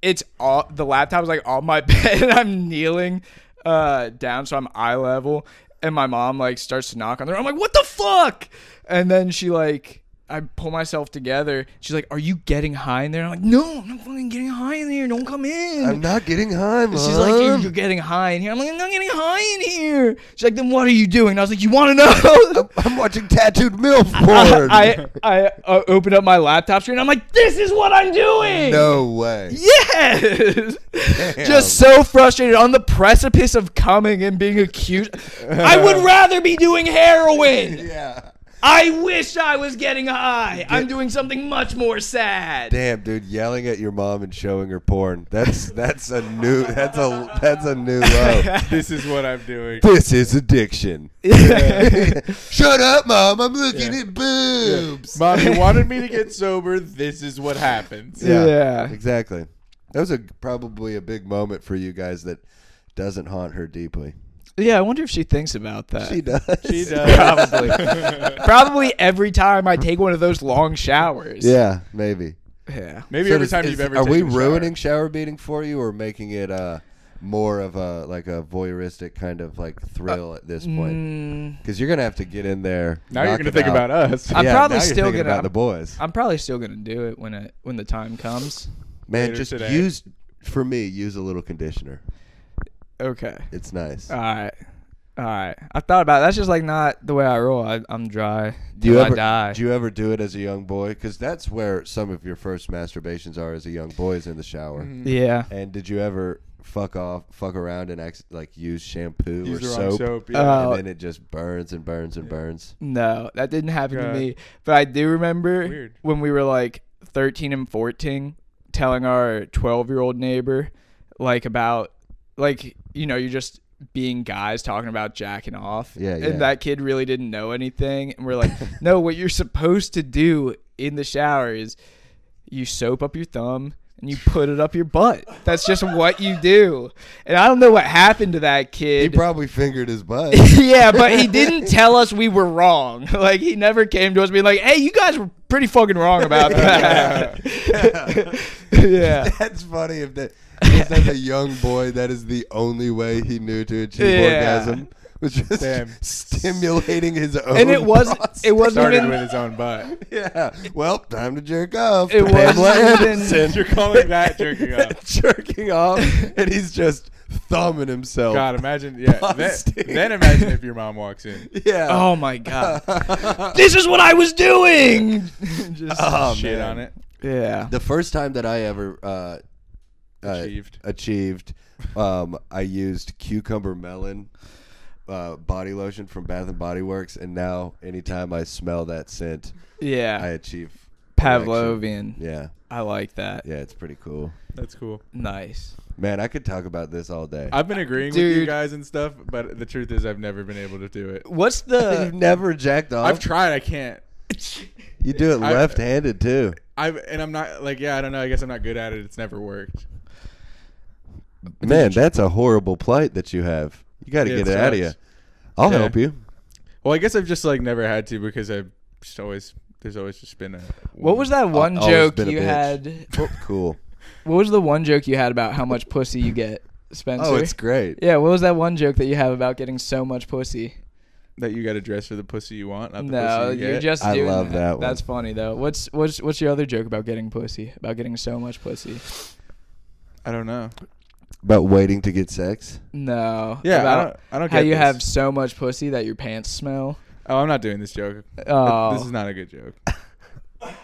[SPEAKER 2] it's all the laptop's like on my *laughs* bed, and I'm kneeling uh, down, so I'm eye level, and my mom like starts to knock on the door. I'm like, what the fuck? And then she like. I pull myself together. She's like, "Are you getting high in there?" And I'm like, "No, I'm not fucking getting high in there. Don't come in."
[SPEAKER 4] I'm not getting high, mom.
[SPEAKER 2] She's like, you're,
[SPEAKER 4] Um.
[SPEAKER 2] you're getting high in here. I'm like, I'm not getting high in here. She's like, then what are you doing? I was like, you want to know? *laughs*
[SPEAKER 4] I'm watching tattooed milf porn.
[SPEAKER 2] I, I, uh, opened up my laptop screen. I'm like, this is what I'm doing.
[SPEAKER 4] no way.
[SPEAKER 2] Yes.
[SPEAKER 4] Damn.
[SPEAKER 2] Just so frustrated on the precipice of coming and being accused. I
[SPEAKER 4] *laughs*
[SPEAKER 2] would rather be doing heroin.
[SPEAKER 4] Yeah.
[SPEAKER 2] I wish I was getting high. I'm doing something much more sad.
[SPEAKER 4] Damn, dude, yelling at your mom and showing her porn. That's *laughs* that's a new that's a that's a new
[SPEAKER 3] *laughs*
[SPEAKER 4] low.
[SPEAKER 3] This is what I'm
[SPEAKER 4] *laughs*
[SPEAKER 3] doing.
[SPEAKER 4] this is addiction. Shut up, mom. I'm looking
[SPEAKER 3] Yeah.
[SPEAKER 4] at boobs.
[SPEAKER 3] Mom, you wanted me to get sober. This is what happens.
[SPEAKER 2] Yeah. Yeah.
[SPEAKER 4] Exactly. That was a probably a big moment for you guys that doesn't haunt her deeply.
[SPEAKER 2] *laughs* Yeah, I wonder if she thinks about that.
[SPEAKER 4] She does.
[SPEAKER 3] She does.
[SPEAKER 2] *laughs* Probably every time I take one of those long showers.
[SPEAKER 4] *laughs* Yeah, maybe.
[SPEAKER 2] Yeah.
[SPEAKER 4] *laughs*
[SPEAKER 3] Maybe
[SPEAKER 4] So
[SPEAKER 3] every
[SPEAKER 4] does-
[SPEAKER 3] time
[SPEAKER 4] is-
[SPEAKER 3] you've ever
[SPEAKER 4] Are we
[SPEAKER 3] taken a shower.
[SPEAKER 4] ruining shower. beating for you or making it uh more of a like a voyeuristic kind of like thrill at this point?
[SPEAKER 2] Mm,
[SPEAKER 4] Because you're gonna have to get in there.
[SPEAKER 3] Now you're
[SPEAKER 4] knock
[SPEAKER 3] gonna
[SPEAKER 4] it
[SPEAKER 3] think
[SPEAKER 4] out.
[SPEAKER 3] about us.
[SPEAKER 2] I'm
[SPEAKER 4] yeah,
[SPEAKER 2] probably
[SPEAKER 4] now you're
[SPEAKER 2] still
[SPEAKER 4] thinking
[SPEAKER 2] gonna-
[SPEAKER 4] about the boys.
[SPEAKER 2] I'm probably still gonna do it when it when the time comes.
[SPEAKER 4] Man,
[SPEAKER 3] Later
[SPEAKER 4] just
[SPEAKER 3] today.
[SPEAKER 4] use for me. Use a little conditioner.
[SPEAKER 2] Okay.
[SPEAKER 4] It's nice.
[SPEAKER 2] All right. All right. I thought about it. that's just like not the way I roll. I, I'm dry.
[SPEAKER 4] do you
[SPEAKER 2] till
[SPEAKER 4] ever
[SPEAKER 2] I die?
[SPEAKER 4] do you ever do it as a young boy? Because that's where some of your first masturbations are as a young boy is in the shower.
[SPEAKER 2] yeah.
[SPEAKER 4] And did you ever fuck off, fuck around, and acc- like use shampoo
[SPEAKER 3] Use
[SPEAKER 4] or
[SPEAKER 3] the wrong
[SPEAKER 4] soap?
[SPEAKER 3] soap.
[SPEAKER 2] Uh,
[SPEAKER 3] Yeah.
[SPEAKER 2] Oh.
[SPEAKER 4] and then it just burns and burns and burns.
[SPEAKER 2] No, that didn't happen
[SPEAKER 3] God.
[SPEAKER 2] to me. But I do remember
[SPEAKER 3] Weird.
[SPEAKER 2] when we were like 13 and 14, telling our 12 year old neighbor, like, about, like, you know, you're just being guys talking about jacking off.
[SPEAKER 4] Yeah, yeah.
[SPEAKER 2] And that kid really didn't know anything. And we're
[SPEAKER 4] *laughs*
[SPEAKER 2] like, no, what you're supposed to do in the shower is you soap up your thumb and you put it up your butt. That's just what you do. And I don't know what happened to that kid
[SPEAKER 4] He probably fingered his *laughs* butt.
[SPEAKER 2] *laughs* yeah, but he didn't tell us we were wrong. *laughs* Like he never came to us being like, "Hey, you guys were pretty fucking wrong
[SPEAKER 4] *laughs*
[SPEAKER 2] about that." *laughs* yeah.
[SPEAKER 4] That's funny if that just as a young boy, that is the only way he knew to achieve
[SPEAKER 2] Yeah.
[SPEAKER 4] orgasm was just
[SPEAKER 3] Damn.
[SPEAKER 4] stimulating his own.
[SPEAKER 2] And it was
[SPEAKER 4] prostate.
[SPEAKER 2] it wasn't
[SPEAKER 3] Started with
[SPEAKER 2] even
[SPEAKER 3] his
[SPEAKER 4] *laughs*
[SPEAKER 3] own butt.
[SPEAKER 4] Yeah. Well, time to jerk off.
[SPEAKER 2] It wasn't
[SPEAKER 4] Pamela
[SPEAKER 2] even-
[SPEAKER 3] *laughs*
[SPEAKER 4] Anderson. *laughs*
[SPEAKER 3] You're calling that jerking off.
[SPEAKER 4] jerking off, and he's just thumbing himself.
[SPEAKER 3] God, imagine.
[SPEAKER 4] *laughs*
[SPEAKER 3] Yeah. Then,
[SPEAKER 4] Busting.
[SPEAKER 3] then imagine if your mom walks in.
[SPEAKER 4] Yeah.
[SPEAKER 2] Oh my god. this is what I was doing. *laughs* Just
[SPEAKER 4] *laughs* Oh,
[SPEAKER 3] shit
[SPEAKER 4] man.
[SPEAKER 3] on it.
[SPEAKER 2] yeah.
[SPEAKER 4] The first time that I ever uh,
[SPEAKER 3] Achieved.
[SPEAKER 4] uh, achieved, um, I used cucumber melon uh, body lotion from Bath and Body Works, and now anytime I smell that scent, I
[SPEAKER 2] Yeah.
[SPEAKER 4] achieve erection.
[SPEAKER 2] Pavlovian.
[SPEAKER 4] Yeah,
[SPEAKER 2] I like that.
[SPEAKER 4] yeah, it's pretty cool.
[SPEAKER 3] That's cool.
[SPEAKER 2] Nice.
[SPEAKER 4] Man, I could talk about this all day.
[SPEAKER 3] I've been agreeing with you
[SPEAKER 2] Dude.
[SPEAKER 3] guys and stuff, but the truth is, I've never been able to do it.
[SPEAKER 2] What's
[SPEAKER 4] *laughs* You've
[SPEAKER 2] the
[SPEAKER 4] *laughs* never jacked off.
[SPEAKER 3] uh, I've tried. I can't.
[SPEAKER 4] you do it
[SPEAKER 3] I-
[SPEAKER 4] left-handed too.
[SPEAKER 3] I've and I'm not like yeah. I don't know. I guess I'm not good at it. It's never worked. uh,
[SPEAKER 4] Man, that's a horrible plight that you have. You got to
[SPEAKER 3] Yeah,
[SPEAKER 4] get
[SPEAKER 3] it
[SPEAKER 4] it out of you.
[SPEAKER 3] sucks.
[SPEAKER 4] I'll
[SPEAKER 3] Yeah.
[SPEAKER 4] help
[SPEAKER 3] *laughs*
[SPEAKER 4] you.
[SPEAKER 3] Well, I guess I've just like never had to because I've just always there's always just been a.
[SPEAKER 2] What was that one
[SPEAKER 4] always
[SPEAKER 2] joke
[SPEAKER 4] been a
[SPEAKER 2] you
[SPEAKER 4] bitch.
[SPEAKER 2] had? What,
[SPEAKER 4] Cool.
[SPEAKER 2] what was the one joke you had about how much pussy you get, Spencer?
[SPEAKER 4] Oh, it's great.
[SPEAKER 2] Yeah, what was that one joke that you have about getting so much pussy?
[SPEAKER 3] that you got to dress for the pussy you want, not the
[SPEAKER 2] no,
[SPEAKER 3] pussy you
[SPEAKER 2] are
[SPEAKER 3] get.
[SPEAKER 2] just
[SPEAKER 4] I
[SPEAKER 2] doing
[SPEAKER 4] love that one.
[SPEAKER 2] That's funny though. What's what's what's your other joke about getting pussy? About getting so much pussy?
[SPEAKER 3] I don't know.
[SPEAKER 4] About waiting to get sex.
[SPEAKER 2] No.
[SPEAKER 3] Yeah, I
[SPEAKER 2] About
[SPEAKER 3] don't- I don't
[SPEAKER 2] How
[SPEAKER 3] get
[SPEAKER 2] you
[SPEAKER 3] this.
[SPEAKER 2] have so much pussy that your pants smell.
[SPEAKER 3] Oh, I'm not doing this joke.
[SPEAKER 2] Oh.
[SPEAKER 3] This is not a good
[SPEAKER 2] *laughs*
[SPEAKER 3] joke.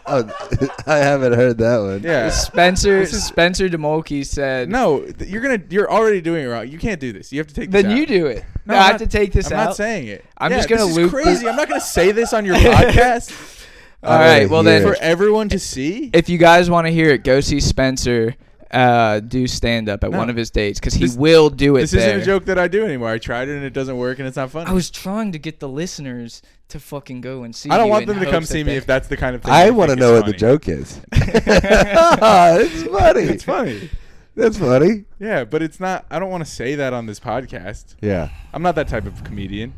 [SPEAKER 4] Oh, *laughs* I haven't heard that one.
[SPEAKER 3] Yeah.
[SPEAKER 2] Spencer Spencer Demolke said.
[SPEAKER 3] No, th- you're gonna. You're already doing it wrong. You can't do this. You have to take. This
[SPEAKER 2] Then
[SPEAKER 3] out.
[SPEAKER 2] you do it. No,
[SPEAKER 3] I'm
[SPEAKER 2] I have
[SPEAKER 3] not-
[SPEAKER 2] to take this
[SPEAKER 3] I'm
[SPEAKER 2] out.
[SPEAKER 3] not saying it.
[SPEAKER 2] I'm
[SPEAKER 3] Yeah,
[SPEAKER 2] just gonna
[SPEAKER 3] this
[SPEAKER 2] loop
[SPEAKER 3] Is crazy.
[SPEAKER 2] the-
[SPEAKER 3] I'm not gonna say this
[SPEAKER 2] *laughs*
[SPEAKER 3] on your podcast
[SPEAKER 2] All
[SPEAKER 4] I wanna
[SPEAKER 2] right. Well then,
[SPEAKER 4] hear
[SPEAKER 3] for
[SPEAKER 4] it.
[SPEAKER 3] everyone to see.
[SPEAKER 2] if you guys want to hear it, go see Spencer uh, do stand up at
[SPEAKER 3] No.
[SPEAKER 2] one of his dates because he
[SPEAKER 3] This-
[SPEAKER 2] will do it.
[SPEAKER 3] This
[SPEAKER 2] there.
[SPEAKER 3] isn't a joke that I do anymore. I tried it and it doesn't work and it's not funny.
[SPEAKER 2] I was trying to get the listeners to fucking go and see.
[SPEAKER 3] I don't
[SPEAKER 2] you
[SPEAKER 3] want
[SPEAKER 2] in
[SPEAKER 3] them to
[SPEAKER 2] hopes
[SPEAKER 3] come
[SPEAKER 2] that
[SPEAKER 3] see me
[SPEAKER 2] they-
[SPEAKER 3] if that's the kind of thing.
[SPEAKER 4] I
[SPEAKER 3] they
[SPEAKER 4] want to
[SPEAKER 3] think is
[SPEAKER 4] know what the
[SPEAKER 3] funny.
[SPEAKER 4] joke
[SPEAKER 3] *laughs*
[SPEAKER 4] is. *laughs* it's funny.
[SPEAKER 3] It's funny.
[SPEAKER 4] That's funny.
[SPEAKER 3] Yeah, but it's not. I don't want to say that on this podcast.
[SPEAKER 4] Yeah.
[SPEAKER 3] I'm not that type of comedian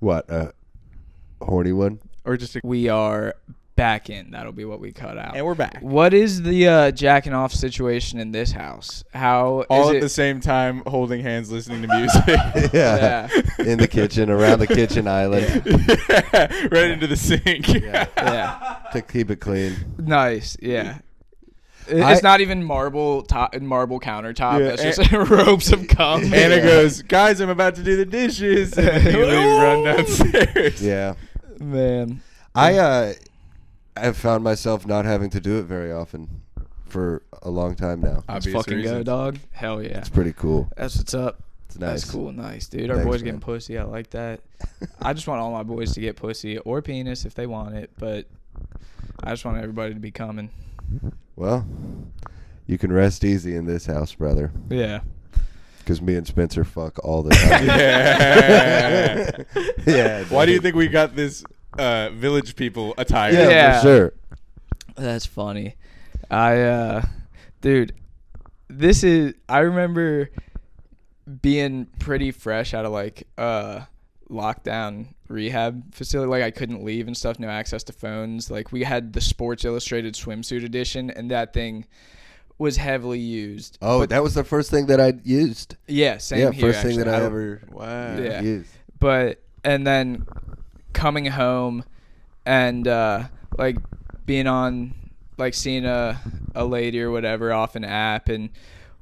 [SPEAKER 4] What? A horny one?
[SPEAKER 3] or just a.
[SPEAKER 2] we are back in. That'll be what we cut out.
[SPEAKER 3] *laughs* And we're back.
[SPEAKER 2] What is the uh, jacking off situation in this house? How is
[SPEAKER 3] All at
[SPEAKER 2] it?
[SPEAKER 3] the same time, holding hands, listening to music.
[SPEAKER 4] *laughs*
[SPEAKER 2] Yeah.
[SPEAKER 4] Yeah. In the kitchen, around the kitchen island
[SPEAKER 3] *laughs* yeah, right into the sink. *laughs*
[SPEAKER 2] yeah,
[SPEAKER 4] to keep it clean.
[SPEAKER 2] nice. Yeah. It-
[SPEAKER 4] I-
[SPEAKER 2] It's not even marble top marble countertop.
[SPEAKER 3] Yeah,
[SPEAKER 2] That's
[SPEAKER 3] and-
[SPEAKER 2] just *laughs* ropes of
[SPEAKER 3] *laughs*
[SPEAKER 2] cum.
[SPEAKER 3] Anna
[SPEAKER 4] Yeah.
[SPEAKER 3] goes, guys, I'm about to do the
[SPEAKER 2] *laughs*
[SPEAKER 3] dishes. And then you leave, run downstairs.
[SPEAKER 4] Yeah.
[SPEAKER 2] man.
[SPEAKER 4] I uh, have found myself not having to do it very often for a long time now.
[SPEAKER 2] Let's
[SPEAKER 3] Obvious
[SPEAKER 2] fucking go,
[SPEAKER 3] reasons.
[SPEAKER 2] dog. Hell yeah.
[SPEAKER 4] It's pretty cool.
[SPEAKER 2] That's what's up.
[SPEAKER 4] It's nice.
[SPEAKER 2] That's cool. Nice, dude. Our
[SPEAKER 4] Thanks,
[SPEAKER 2] boys getting
[SPEAKER 4] man.
[SPEAKER 2] pussy. I like that. I just want all my boys to get pussy or penis if they want it, but I just want everybody to be coming.
[SPEAKER 4] *laughs* Well, you can rest easy in this house, brother,
[SPEAKER 2] Yeah.
[SPEAKER 4] because me and Spencer fuck
[SPEAKER 3] *laughs*
[SPEAKER 4] all the time.
[SPEAKER 3] Yeah.
[SPEAKER 4] *laughs* yeah.
[SPEAKER 3] Why do you
[SPEAKER 4] dude.
[SPEAKER 3] think we got this uh, village people attire?
[SPEAKER 4] Yeah,
[SPEAKER 2] Yeah.
[SPEAKER 4] for sure.
[SPEAKER 2] That's funny. I uh dude, this is I remember being pretty fresh out of like uh lockdown rehab facility like I couldn't leave and stuff, no access to phones. Like we had the Sports Illustrated swimsuit edition and that thing was heavily used.
[SPEAKER 4] Oh,
[SPEAKER 2] But-
[SPEAKER 4] that was the first thing that I used.
[SPEAKER 2] yeah, same
[SPEAKER 4] yeah,
[SPEAKER 2] here.
[SPEAKER 4] first thing
[SPEAKER 2] actually.
[SPEAKER 4] that I,
[SPEAKER 2] don't-
[SPEAKER 4] ever
[SPEAKER 3] Wow.
[SPEAKER 2] Yeah.
[SPEAKER 4] used.
[SPEAKER 2] but and then coming home and uh like being on like seeing a a lady or whatever off an app and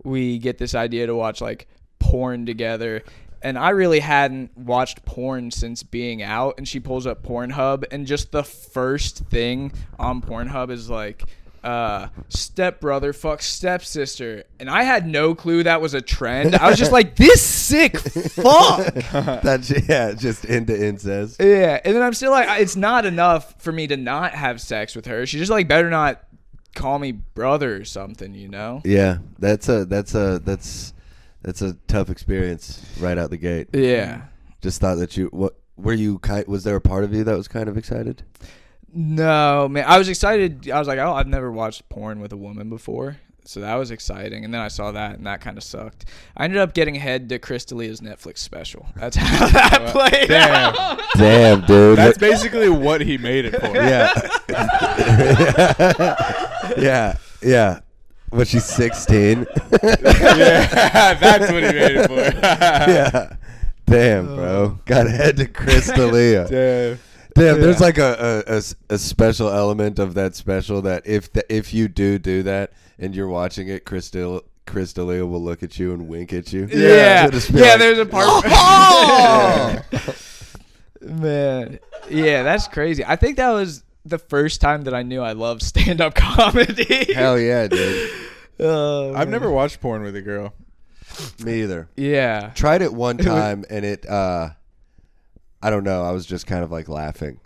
[SPEAKER 2] we get this idea to watch like porn together and I really hadn't watched porn since being out and she pulls up Pornhub and just the first thing on Pornhub is like uh stepbrother fuck stepsister and I had no clue that was a trend. I was just like this sick fuck.
[SPEAKER 4] *laughs* That's yeah, just into incest.
[SPEAKER 2] Yeah, and then I'm still like, I- it's not enough for me to not have sex with her. She just like better not call me brother or something, you know?
[SPEAKER 4] Yeah, that's a that's a that's that's a tough experience right out the gate.
[SPEAKER 2] Yeah.
[SPEAKER 4] Just thought that you what were you ki- was there a part of you that was kind of excited?
[SPEAKER 2] No, man, I was excited. I was like, oh, I've never watched porn with a woman before, so that was exciting. And then I saw that, and that kind of sucked. I ended up getting head to Crystalia's Netflix special. That's *laughs* how that played
[SPEAKER 3] Damn.
[SPEAKER 2] out.
[SPEAKER 4] Damn, dude.
[SPEAKER 3] That's basically what he made it for. *laughs*
[SPEAKER 4] yeah. yeah. Yeah. But she's 16. *laughs*
[SPEAKER 3] Yeah, that's what he made it for.
[SPEAKER 4] yeah. Damn, bro. Got head to
[SPEAKER 3] *laughs*
[SPEAKER 4] Crystalia.
[SPEAKER 3] Yeah.
[SPEAKER 4] Damn, there's
[SPEAKER 2] Yeah.
[SPEAKER 4] like a, a- a s- a special element of that special that if the, if you do do that and you're watching it, Crystal Crystalia will look at you and wink at you.
[SPEAKER 2] Yeah,
[SPEAKER 4] She'll just be
[SPEAKER 2] yeah.
[SPEAKER 4] like,
[SPEAKER 2] there's a part.
[SPEAKER 4] "Oh!"
[SPEAKER 2] Man, yeah, that's crazy. I think that was the first time that I knew I loved stand-up *laughs* comedy.
[SPEAKER 4] Hell yeah, dude.
[SPEAKER 2] Oh,
[SPEAKER 3] I've
[SPEAKER 2] man.
[SPEAKER 3] never watched porn with a girl.
[SPEAKER 4] Me either.
[SPEAKER 2] Yeah.
[SPEAKER 4] Tried
[SPEAKER 2] *laughs*
[SPEAKER 4] it one time and it uh I don't know, I was just kind of like laughing.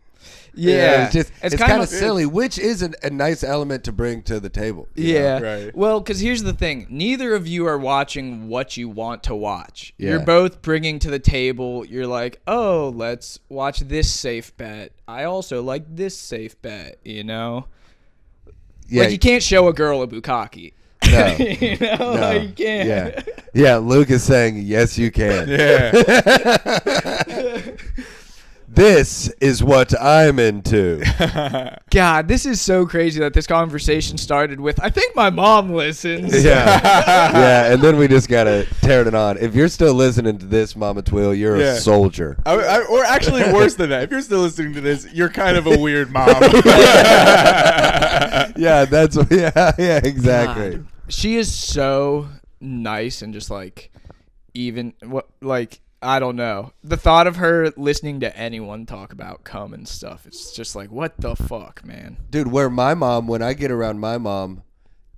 [SPEAKER 2] Yeah.
[SPEAKER 4] It's just it's, kind of silly, which is an, a nice element to bring to the table. you know?
[SPEAKER 2] Yeah.
[SPEAKER 3] Right.
[SPEAKER 2] Well, because here's the thing: neither of you are watching what you want to watch. You're
[SPEAKER 4] Yeah.
[SPEAKER 2] both bringing to the table. You're like, oh, let's watch this safe bet. I also like this safe bet. You know,
[SPEAKER 4] Yeah.
[SPEAKER 2] like you can't show a girl a bukkake. *laughs*
[SPEAKER 4] No.
[SPEAKER 2] you know, like, you can't.
[SPEAKER 4] Yeah. Yeah, Luke is saying yes you can.
[SPEAKER 3] Yeah.
[SPEAKER 4] *laughs* This is what I'm into.
[SPEAKER 2] God, this is so crazy that this conversation started with. I think my mom listens.
[SPEAKER 4] Yeah.
[SPEAKER 3] *laughs*
[SPEAKER 4] yeah, and then we just got to tear it on. If you're still listening to this, Mama Twill, you're
[SPEAKER 3] Yeah.
[SPEAKER 4] a soldier.
[SPEAKER 3] I, I, or actually, worse than that. If you're still listening to this, you're kind of a weird
[SPEAKER 4] *laughs*
[SPEAKER 3] mom.
[SPEAKER 4] yeah, that's yeah, yeah, exactly.
[SPEAKER 2] God. She is so nice and just like even what like I don't know. The thought of her listening to anyone talk about cum and stuff, it's just like what the fuck, man.
[SPEAKER 4] dude where my mom when i get around my mom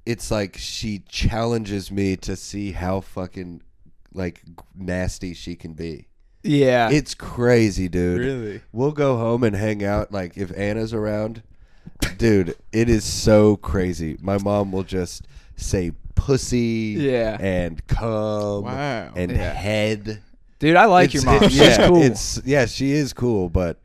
[SPEAKER 4] it's like she challenges me to see how fucking like g- nasty she can be
[SPEAKER 2] Yeah.
[SPEAKER 4] it's crazy dude
[SPEAKER 3] Really?
[SPEAKER 4] we'll go home and hang out like if anna's around dude it is so crazy my mom will just say pussy
[SPEAKER 2] Yeah.
[SPEAKER 4] and cum
[SPEAKER 3] Wow.
[SPEAKER 4] and
[SPEAKER 2] Yeah.
[SPEAKER 4] head
[SPEAKER 2] Dude, I like your
[SPEAKER 4] It's-
[SPEAKER 2] mom.
[SPEAKER 4] it-
[SPEAKER 2] She's
[SPEAKER 4] yeah,
[SPEAKER 2] cool.
[SPEAKER 4] it's yeah she is cool but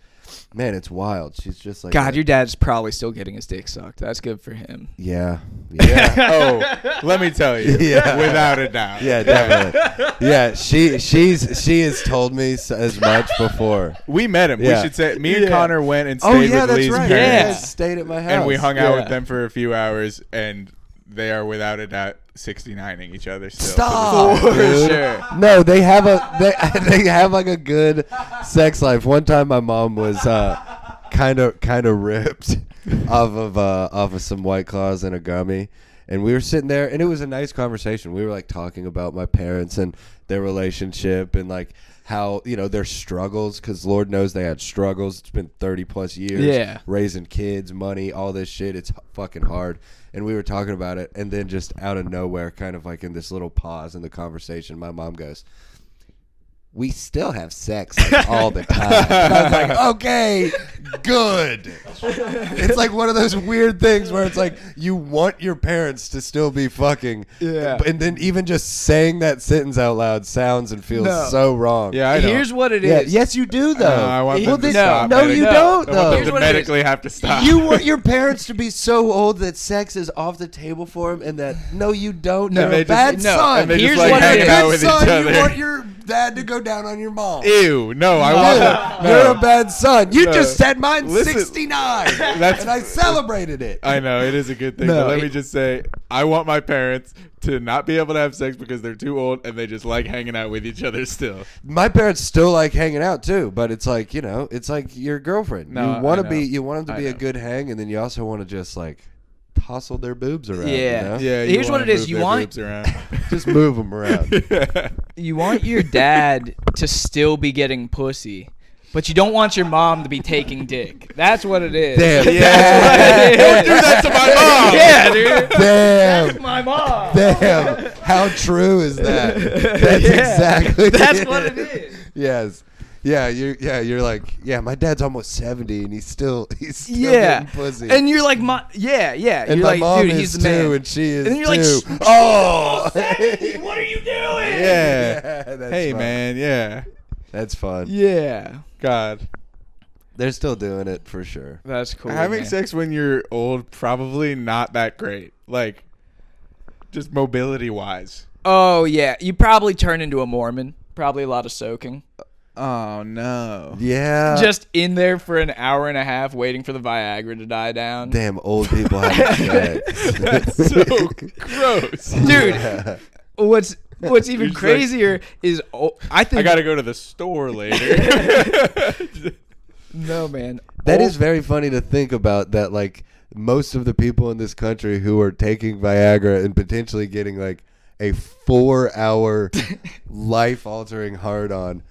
[SPEAKER 4] man it's wild she's just like
[SPEAKER 2] God,
[SPEAKER 4] a-
[SPEAKER 2] your dad's probably still getting his dick sucked. That's good for him.
[SPEAKER 4] yeah yeah
[SPEAKER 3] oh, let me tell you,
[SPEAKER 4] Yeah.
[SPEAKER 3] without a doubt.
[SPEAKER 4] Yeah, definitely. yeah, she she's she has told me s- as much before.
[SPEAKER 3] we met him.
[SPEAKER 4] Yeah.
[SPEAKER 3] We should say me and Connor went and stayed
[SPEAKER 4] Oh yeah,
[SPEAKER 3] with
[SPEAKER 4] that's
[SPEAKER 3] Lee's
[SPEAKER 4] right.
[SPEAKER 3] parents,
[SPEAKER 4] Yeah.
[SPEAKER 2] parents.
[SPEAKER 4] stayed at my house,
[SPEAKER 3] and we hung out
[SPEAKER 2] Yeah.
[SPEAKER 3] with them for a few hours, and they are without a doubt 69ing each other still.
[SPEAKER 4] Stop,
[SPEAKER 2] For
[SPEAKER 4] dude.
[SPEAKER 2] sure.
[SPEAKER 4] No, they have a they *laughs* they have like a good sex life. One time, my mom was kind of kind of ripped off of uh, off of some white claws and a gummy, and we were sitting there, and it was a nice conversation. We were like talking about my parents and their relationship, and like how you know their struggles, because Lord knows they had struggles. It's been thirty plus years,
[SPEAKER 2] Yeah.
[SPEAKER 4] raising kids, money, all this shit. It's h- fucking hard. And we were talking about it, and then just out of nowhere, kind of like in this little pause in the conversation, my mom goes, "We still have sex like, all the time." And I was like,
[SPEAKER 3] *laughs*
[SPEAKER 4] "Okay, good." It's like one of those weird things where it's like you want your parents to still be fucking,
[SPEAKER 2] Yeah.
[SPEAKER 4] and then even just saying that sentence out loud sounds and feels
[SPEAKER 2] No.
[SPEAKER 4] so wrong.
[SPEAKER 3] Yeah, I know.
[SPEAKER 2] Here's what it is.
[SPEAKER 4] Yeah, yes, you do though.
[SPEAKER 3] No, I want
[SPEAKER 2] Well,
[SPEAKER 3] them to
[SPEAKER 2] then-
[SPEAKER 3] stop.
[SPEAKER 4] no, you
[SPEAKER 3] medically.
[SPEAKER 4] don't,
[SPEAKER 3] I want
[SPEAKER 4] though.
[SPEAKER 3] them
[SPEAKER 2] Here's
[SPEAKER 3] to
[SPEAKER 2] what it is.
[SPEAKER 3] medically have to stop.
[SPEAKER 4] You want your parents to be so old that sex is off the table for them, and that no, you don't.
[SPEAKER 2] No,
[SPEAKER 4] You're
[SPEAKER 2] they
[SPEAKER 4] a
[SPEAKER 2] just-
[SPEAKER 4] bad
[SPEAKER 2] no,
[SPEAKER 4] son.
[SPEAKER 2] and they just, Here's like, what
[SPEAKER 4] you're
[SPEAKER 2] hang
[SPEAKER 4] a
[SPEAKER 2] out
[SPEAKER 4] bad
[SPEAKER 3] with each
[SPEAKER 4] son.
[SPEAKER 3] other.
[SPEAKER 4] You want your dad to go down on your mom.
[SPEAKER 3] *laughs* Ew, no, I want that.
[SPEAKER 4] Ew,
[SPEAKER 3] No.
[SPEAKER 4] You're a bad son. You
[SPEAKER 3] No.
[SPEAKER 4] just said mine's
[SPEAKER 3] Listen.
[SPEAKER 4] 69,
[SPEAKER 2] *laughs*
[SPEAKER 3] That's-
[SPEAKER 4] and I celebrated it.
[SPEAKER 3] I know it is a good thing,
[SPEAKER 2] No,
[SPEAKER 3] but let
[SPEAKER 2] it-
[SPEAKER 3] me just say, I want my parents to not be able to have sex because they're too old and they just like hanging out with each other still.
[SPEAKER 4] My parents still like hanging out too, but it's like you know, it's like your girlfriend.
[SPEAKER 2] No,
[SPEAKER 4] you want
[SPEAKER 2] I
[SPEAKER 4] to be,
[SPEAKER 2] know.
[SPEAKER 4] you want them
[SPEAKER 2] I
[SPEAKER 4] to be a
[SPEAKER 2] know.
[SPEAKER 4] good hang, and then you also want to just like tossle their boobs around. you
[SPEAKER 2] Yeah.
[SPEAKER 4] know?
[SPEAKER 3] Yeah,
[SPEAKER 2] Here's what
[SPEAKER 3] wanna
[SPEAKER 2] it is,
[SPEAKER 3] move
[SPEAKER 2] you
[SPEAKER 3] their
[SPEAKER 2] want-
[SPEAKER 3] boobs around.
[SPEAKER 4] *laughs*
[SPEAKER 3] *laughs*
[SPEAKER 4] just move them around.
[SPEAKER 2] you want your dad to still be getting pussy, but you don't want your mom to be taking dick. *laughs* That's what it is.
[SPEAKER 4] Damn.
[SPEAKER 2] That's
[SPEAKER 3] Don't
[SPEAKER 2] what it
[SPEAKER 3] do
[SPEAKER 2] is.
[SPEAKER 3] that to my
[SPEAKER 2] Yeah,
[SPEAKER 3] mom.
[SPEAKER 2] dude. *laughs*
[SPEAKER 4] Damn.
[SPEAKER 2] That's my mom.
[SPEAKER 4] Damn, how true is
[SPEAKER 2] *laughs*
[SPEAKER 4] that? That's
[SPEAKER 2] Yeah.
[SPEAKER 4] exactly.
[SPEAKER 2] That's what it is.
[SPEAKER 4] *laughs* Yes. Yeah, you're. Yeah, you're like. Yeah, my dad's almost seventy, and he's still. *laughs* He's still
[SPEAKER 2] Yeah.
[SPEAKER 4] getting pussy.
[SPEAKER 2] And you're like, my, yeah, yeah.
[SPEAKER 4] And
[SPEAKER 2] you're
[SPEAKER 4] my
[SPEAKER 2] like,
[SPEAKER 4] mom
[SPEAKER 2] dude,
[SPEAKER 4] is
[SPEAKER 2] he's the
[SPEAKER 4] too,
[SPEAKER 2] man.
[SPEAKER 4] and she is
[SPEAKER 2] And then you're like,
[SPEAKER 4] too.
[SPEAKER 2] "Shh,
[SPEAKER 4] oh,
[SPEAKER 2] *laughs*
[SPEAKER 4] *laughs*
[SPEAKER 2] what are you doing?
[SPEAKER 3] yeah.
[SPEAKER 4] that's
[SPEAKER 3] Hey
[SPEAKER 4] fun.
[SPEAKER 3] man, yeah.
[SPEAKER 4] that's fun.
[SPEAKER 2] Yeah.
[SPEAKER 3] God,
[SPEAKER 4] They're still doing it for sure.
[SPEAKER 2] That's cool.
[SPEAKER 3] having
[SPEAKER 2] man.
[SPEAKER 3] sex when you're old probably not that great. Like, just mobility wise.
[SPEAKER 2] Oh, yeah. You probably turn into a Mormon. Probably a lot of soaking.
[SPEAKER 3] Oh no.
[SPEAKER 4] Yeah.
[SPEAKER 2] Just in there for an hour and a half waiting for the Viagra to die down.
[SPEAKER 4] damn old
[SPEAKER 2] *laughs*
[SPEAKER 4] people having sex.
[SPEAKER 3] That's
[SPEAKER 4] *laughs*
[SPEAKER 3] so gross.
[SPEAKER 2] Dude,
[SPEAKER 4] Yeah.
[SPEAKER 2] what's *laughs* what's even
[SPEAKER 3] You're just like-
[SPEAKER 2] crazier is oh, I think
[SPEAKER 3] I gotta go to the store *laughs* later.
[SPEAKER 2] no man. Oh,
[SPEAKER 4] That
[SPEAKER 2] Old-
[SPEAKER 4] is very funny to think about that like most of the people in this country who are taking Viagra and potentially getting like a 4-hour
[SPEAKER 2] *laughs*
[SPEAKER 4] life-altering hard-on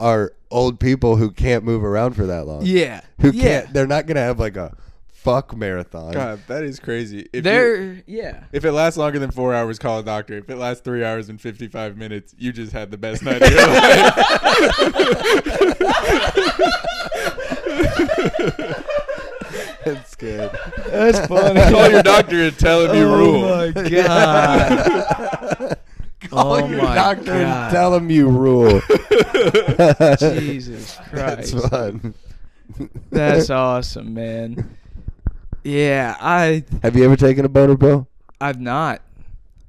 [SPEAKER 4] are old people who can't move around for that long.
[SPEAKER 2] yeah.
[SPEAKER 4] Who
[SPEAKER 2] yeah.
[SPEAKER 4] can't they're not going to have like a fuck marathon.
[SPEAKER 3] God, that is crazy. If you,
[SPEAKER 2] They're yeah.
[SPEAKER 3] if it lasts longer than four hours, call a doctor. If it lasts three hours and fifty-five minutes, you just had the best night of your life.
[SPEAKER 4] That's good. *laughs*
[SPEAKER 2] That's funny. Oh
[SPEAKER 3] call your doctor and tell him you rule.
[SPEAKER 2] my god.
[SPEAKER 4] *laughs* Call
[SPEAKER 2] Oh
[SPEAKER 4] your
[SPEAKER 2] my
[SPEAKER 4] doctor
[SPEAKER 2] God.
[SPEAKER 4] and tell him you rule.
[SPEAKER 2] Jesus
[SPEAKER 4] *laughs* That's
[SPEAKER 2] Christ.
[SPEAKER 4] fun. *laughs*
[SPEAKER 2] That's awesome, man. Yeah, I
[SPEAKER 4] Have you ever taken a boner pill?
[SPEAKER 2] I've not.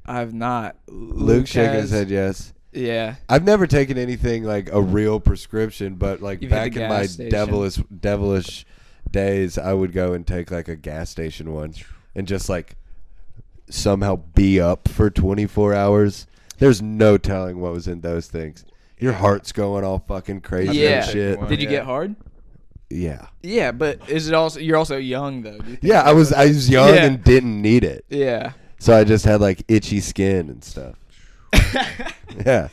[SPEAKER 2] I've not.
[SPEAKER 4] Luke shaking his
[SPEAKER 2] has-
[SPEAKER 4] head yes.
[SPEAKER 2] Yeah.
[SPEAKER 4] I've never taken anything like a real prescription, but like
[SPEAKER 2] You've hit
[SPEAKER 4] back
[SPEAKER 2] the
[SPEAKER 4] in
[SPEAKER 2] gas
[SPEAKER 4] my
[SPEAKER 2] station.
[SPEAKER 4] devilish devilish days, I would go and take like a gas station one and just like somehow be up for 24 hours. There's no telling what was in those things. Your heart's going all fucking crazy
[SPEAKER 2] Yeah.
[SPEAKER 4] and shit.
[SPEAKER 3] Wow.
[SPEAKER 2] Did you
[SPEAKER 3] Yeah.
[SPEAKER 2] get hard?
[SPEAKER 4] Yeah.
[SPEAKER 2] Yeah, but is it also you're also young though? Do you think?
[SPEAKER 4] Yeah, I was I was young
[SPEAKER 2] Yeah. *laughs*
[SPEAKER 4] and didn't need it.
[SPEAKER 2] Yeah.
[SPEAKER 4] So I just had like itchy skin and stuff. *laughs* Yeah.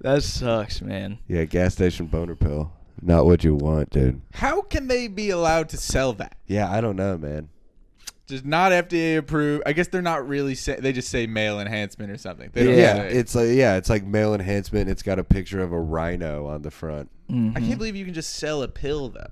[SPEAKER 2] That sucks, man.
[SPEAKER 4] Yeah, gas station boner pill. Not what you want, dude.
[SPEAKER 3] *laughs* How can they be allowed to sell that?
[SPEAKER 4] Yeah, I don't know, man.
[SPEAKER 3] Just not FDA approved. I guess they're not really. Say, they just say male enhancement or something. They
[SPEAKER 4] Yeah,
[SPEAKER 3] don't say-
[SPEAKER 4] it's like yeah, it's like male enhancement. It's got a picture of a rhino on the front.
[SPEAKER 3] I can't believe you can just sell a pill though.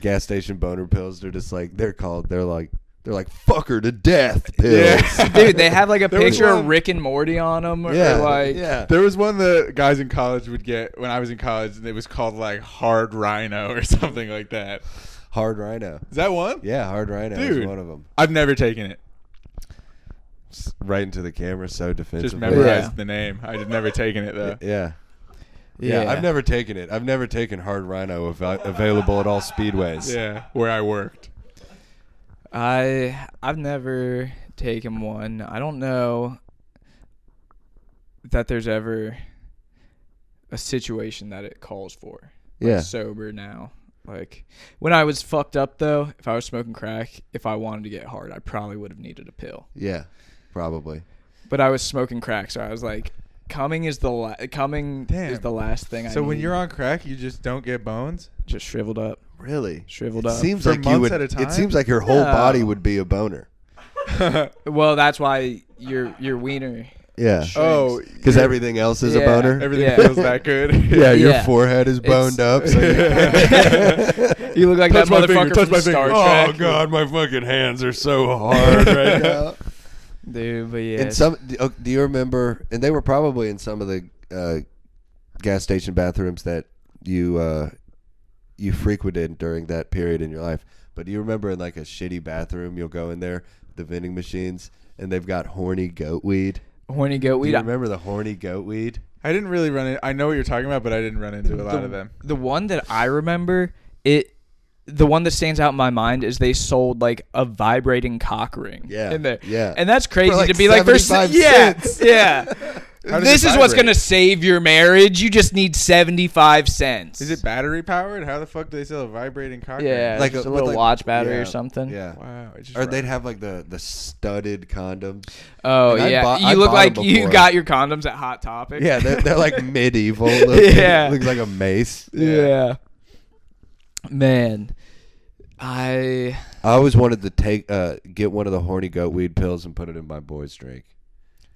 [SPEAKER 4] Gas station boner pills. They're just like they're called. They're like they're like fucker to death pills.
[SPEAKER 3] *laughs*
[SPEAKER 2] Dude, *laughs* they have like a
[SPEAKER 3] was
[SPEAKER 2] picture
[SPEAKER 3] one-
[SPEAKER 2] of Rick and Morty on them. Or,
[SPEAKER 4] *laughs* yeah,
[SPEAKER 2] like,
[SPEAKER 4] yeah.
[SPEAKER 3] There was one that guys in college would get when I was in college, and it was called like hard rhino or *laughs* something like that.
[SPEAKER 4] Hard rhino.
[SPEAKER 3] Is that one?
[SPEAKER 4] Yeah, hard rhino
[SPEAKER 3] Dude.
[SPEAKER 4] is one of them.
[SPEAKER 3] I've never taken it.
[SPEAKER 4] Right into the camera, so defensive.
[SPEAKER 3] Just memorized
[SPEAKER 2] Yeah.
[SPEAKER 3] the name. I had never taken
[SPEAKER 2] *laughs*
[SPEAKER 3] it though.
[SPEAKER 4] Yeah. Yeah, I've never taken it. I've never taken hard rhino av- available at all speedways.
[SPEAKER 3] Yeah, where I worked.
[SPEAKER 2] I I've never taken one. I don't know that there's ever a situation that it calls for. Like,
[SPEAKER 4] Yeah.
[SPEAKER 2] sober now. Like when I was fucked up though, if I was smoking crack, if I wanted to get hard, I probably would have needed a pill.
[SPEAKER 4] Yeah, probably.
[SPEAKER 2] But I was smoking crack, so I was like, coming is the la- coming
[SPEAKER 3] Damn.
[SPEAKER 2] is the last thing I
[SPEAKER 3] So when
[SPEAKER 2] need.
[SPEAKER 3] you're on crack, you just don't get bones.
[SPEAKER 2] just shriveled up.
[SPEAKER 4] Really
[SPEAKER 2] Shriveled
[SPEAKER 4] it
[SPEAKER 2] up.
[SPEAKER 4] Seems
[SPEAKER 3] For
[SPEAKER 4] like you
[SPEAKER 3] months
[SPEAKER 4] would.
[SPEAKER 3] at a time?
[SPEAKER 4] It seems like your whole
[SPEAKER 2] No.
[SPEAKER 4] body would be a boner.
[SPEAKER 2] Well, that's why your your
[SPEAKER 3] *laughs*
[SPEAKER 2] wiener.
[SPEAKER 4] Yeah,
[SPEAKER 3] Oh,
[SPEAKER 4] because everything else is a
[SPEAKER 2] Yeah.
[SPEAKER 4] boner.
[SPEAKER 3] everything
[SPEAKER 2] Yeah.
[SPEAKER 3] feels that good.
[SPEAKER 4] yeah, your
[SPEAKER 2] *laughs* Yeah.
[SPEAKER 4] forehead is boned up.
[SPEAKER 2] *laughs*
[SPEAKER 4] So you-
[SPEAKER 2] You look like
[SPEAKER 3] *laughs* Touch
[SPEAKER 2] that motherfucker
[SPEAKER 3] my finger, touch
[SPEAKER 2] from
[SPEAKER 3] my
[SPEAKER 2] Star
[SPEAKER 3] finger.
[SPEAKER 2] Trek.
[SPEAKER 3] Oh, God,
[SPEAKER 4] my fucking hands are so hard
[SPEAKER 3] right now.
[SPEAKER 2] Dude, but yeah.
[SPEAKER 4] And some, do- oh, do you remember? And they were probably in some of the uh, gas station bathrooms that you uh, you frequented during that period in your life. But do you remember in like a shitty bathroom, you'll go in there, the vending machines, and they've got horny goat weed.
[SPEAKER 2] horny goat
[SPEAKER 4] Do
[SPEAKER 2] weed.
[SPEAKER 4] you remember the horny goat weed?
[SPEAKER 3] I didn't really run it. I know what you're talking about, but I didn't run into a lot of them.
[SPEAKER 2] The one that I remember, it the one that stands out in my mind is they sold like a vibrating cock ring.
[SPEAKER 4] Yeah,
[SPEAKER 2] In there.
[SPEAKER 4] yeah.
[SPEAKER 2] And that's crazy
[SPEAKER 4] like
[SPEAKER 2] to be like for s-
[SPEAKER 4] 75
[SPEAKER 2] yeah.
[SPEAKER 4] cents. *laughs*
[SPEAKER 2] Yeah.
[SPEAKER 3] does
[SPEAKER 2] this
[SPEAKER 3] it
[SPEAKER 2] is what's
[SPEAKER 3] vibrate?
[SPEAKER 2] going to save your marriage. You just need 75 cents.
[SPEAKER 3] Is it battery powered? How the fuck do they sell a vibrating cock?
[SPEAKER 2] Yeah.
[SPEAKER 3] ring?
[SPEAKER 2] Like just a little watch battery or something?
[SPEAKER 4] Yeah.
[SPEAKER 3] Wow. It's just
[SPEAKER 4] Or they'd have like the the studded condoms.
[SPEAKER 2] Oh
[SPEAKER 4] And I
[SPEAKER 2] yeah.
[SPEAKER 4] bought-
[SPEAKER 2] you
[SPEAKER 4] I
[SPEAKER 2] look
[SPEAKER 4] bought
[SPEAKER 2] like
[SPEAKER 4] 'em
[SPEAKER 2] you
[SPEAKER 4] before.
[SPEAKER 2] got your condoms at Hot Topic.
[SPEAKER 4] *laughs* Yeah, they're, they're like *laughs* medieval. Looking.
[SPEAKER 2] Yeah.
[SPEAKER 4] looks like a mace.
[SPEAKER 2] yeah. Man. I
[SPEAKER 4] I always wanted to take uh, get one of the horny goat weed pills and put it in my boy's drink.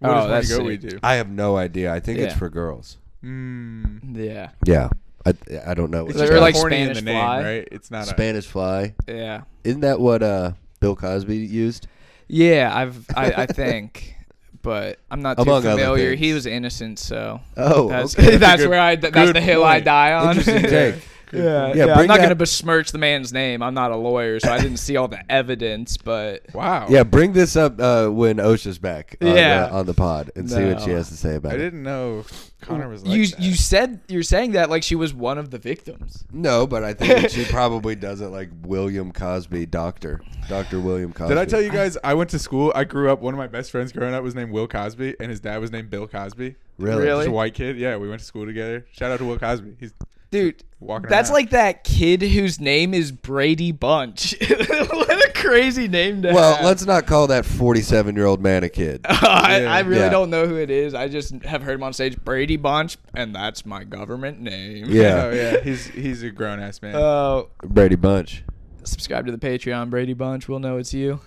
[SPEAKER 3] What
[SPEAKER 2] Oh,
[SPEAKER 3] does
[SPEAKER 2] that's
[SPEAKER 3] Horny Goat
[SPEAKER 2] sick.
[SPEAKER 3] Weed
[SPEAKER 4] I have no idea. I think it's
[SPEAKER 2] Yeah.
[SPEAKER 4] for girls.
[SPEAKER 3] do? Mm.
[SPEAKER 2] yeah.
[SPEAKER 4] Yeah, I I don't know.
[SPEAKER 3] It's
[SPEAKER 4] What
[SPEAKER 2] They're
[SPEAKER 3] just
[SPEAKER 2] like
[SPEAKER 4] it's
[SPEAKER 3] like horny
[SPEAKER 2] Spanish
[SPEAKER 3] in the name,
[SPEAKER 2] fly.
[SPEAKER 3] right? It's not
[SPEAKER 4] called.
[SPEAKER 3] a-
[SPEAKER 4] Spanish fly.
[SPEAKER 2] Yeah.
[SPEAKER 4] Isn't that what uh, Bill Cosby used?
[SPEAKER 2] Yeah, I've I,
[SPEAKER 4] *laughs*
[SPEAKER 2] I think, but I'm not too
[SPEAKER 4] Among other
[SPEAKER 2] familiar. He
[SPEAKER 4] things.
[SPEAKER 2] was innocent, so
[SPEAKER 4] Oh,
[SPEAKER 2] that's *laughs*
[SPEAKER 4] okay. *laughs*
[SPEAKER 2] that's,
[SPEAKER 3] good-
[SPEAKER 2] where I that's
[SPEAKER 3] good
[SPEAKER 2] the hill I
[SPEAKER 3] point.
[SPEAKER 2] die on.
[SPEAKER 4] Interesting
[SPEAKER 2] *laughs*
[SPEAKER 4] take. *laughs*
[SPEAKER 2] yeah,
[SPEAKER 4] Yeah,
[SPEAKER 2] yeah.
[SPEAKER 4] bring
[SPEAKER 2] I'm not
[SPEAKER 4] that-
[SPEAKER 2] gonna besmirch the man's name. I'm not a lawyer, so I didn't see
[SPEAKER 4] *laughs*
[SPEAKER 2] all the evidence, but
[SPEAKER 3] Wow.
[SPEAKER 4] Yeah, bring this up uh, when OSHA's back on,
[SPEAKER 2] Yeah.
[SPEAKER 4] the, on the pod and see what she
[SPEAKER 2] No.
[SPEAKER 4] has to say about
[SPEAKER 3] I
[SPEAKER 4] it.
[SPEAKER 3] didn't know Connor was like
[SPEAKER 2] you
[SPEAKER 3] that.
[SPEAKER 2] you said you're saying that like she was one of the victims.
[SPEAKER 4] No, but I think that she probably doesn't like William Cosby, Doctor, Doctor William Cosby.
[SPEAKER 3] Did I tell you guys I went to school? I grew up. One of my best friends growing up was named Will Cosby, and his dad was named Bill Cosby.
[SPEAKER 4] Really?
[SPEAKER 2] Really?
[SPEAKER 3] Just a white kid. Yeah, we went to school together. Shout out to Will Cosby. He's
[SPEAKER 2] Dude,
[SPEAKER 3] walking.
[SPEAKER 2] that's
[SPEAKER 3] around.
[SPEAKER 2] like that kid whose name is Brady Bunch. *laughs* what a crazy name to
[SPEAKER 4] Well,
[SPEAKER 2] have.
[SPEAKER 4] let's not call that forty-seven-year-old man a kid.
[SPEAKER 2] *laughs* I, I
[SPEAKER 3] Yeah.
[SPEAKER 2] really
[SPEAKER 4] Yeah.
[SPEAKER 2] don't know who it is. I just have heard him on stage, Brady Bunch, and that's my government name. *laughs*
[SPEAKER 4] Yeah,
[SPEAKER 3] Oh yeah, he's he's a grown ass man.
[SPEAKER 2] Uh,
[SPEAKER 4] Brady Bunch.
[SPEAKER 2] subscribe to the Patreon, Brady Bunch. We'll know it's you.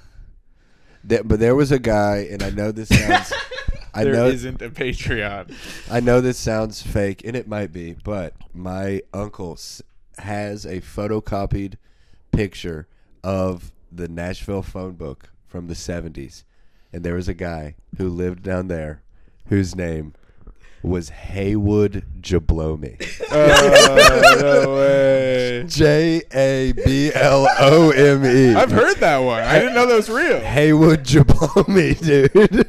[SPEAKER 4] There- but there was a guy, and I know this sounds, I
[SPEAKER 3] There
[SPEAKER 4] know,
[SPEAKER 3] not a
[SPEAKER 4] *laughs*
[SPEAKER 3] Patreon.
[SPEAKER 4] I know this sounds fake, and it might be, but my uncle s- has a photocopied picture of the Nashville phone book from the '70s, and there was a guy who lived down there, whose name was Haywood Jablomi.
[SPEAKER 3] *laughs* oh, no way.
[SPEAKER 4] J A B L O M E.
[SPEAKER 3] I've heard that one. I didn't know that was real.
[SPEAKER 4] Haywood Jablomi, *laughs* dude.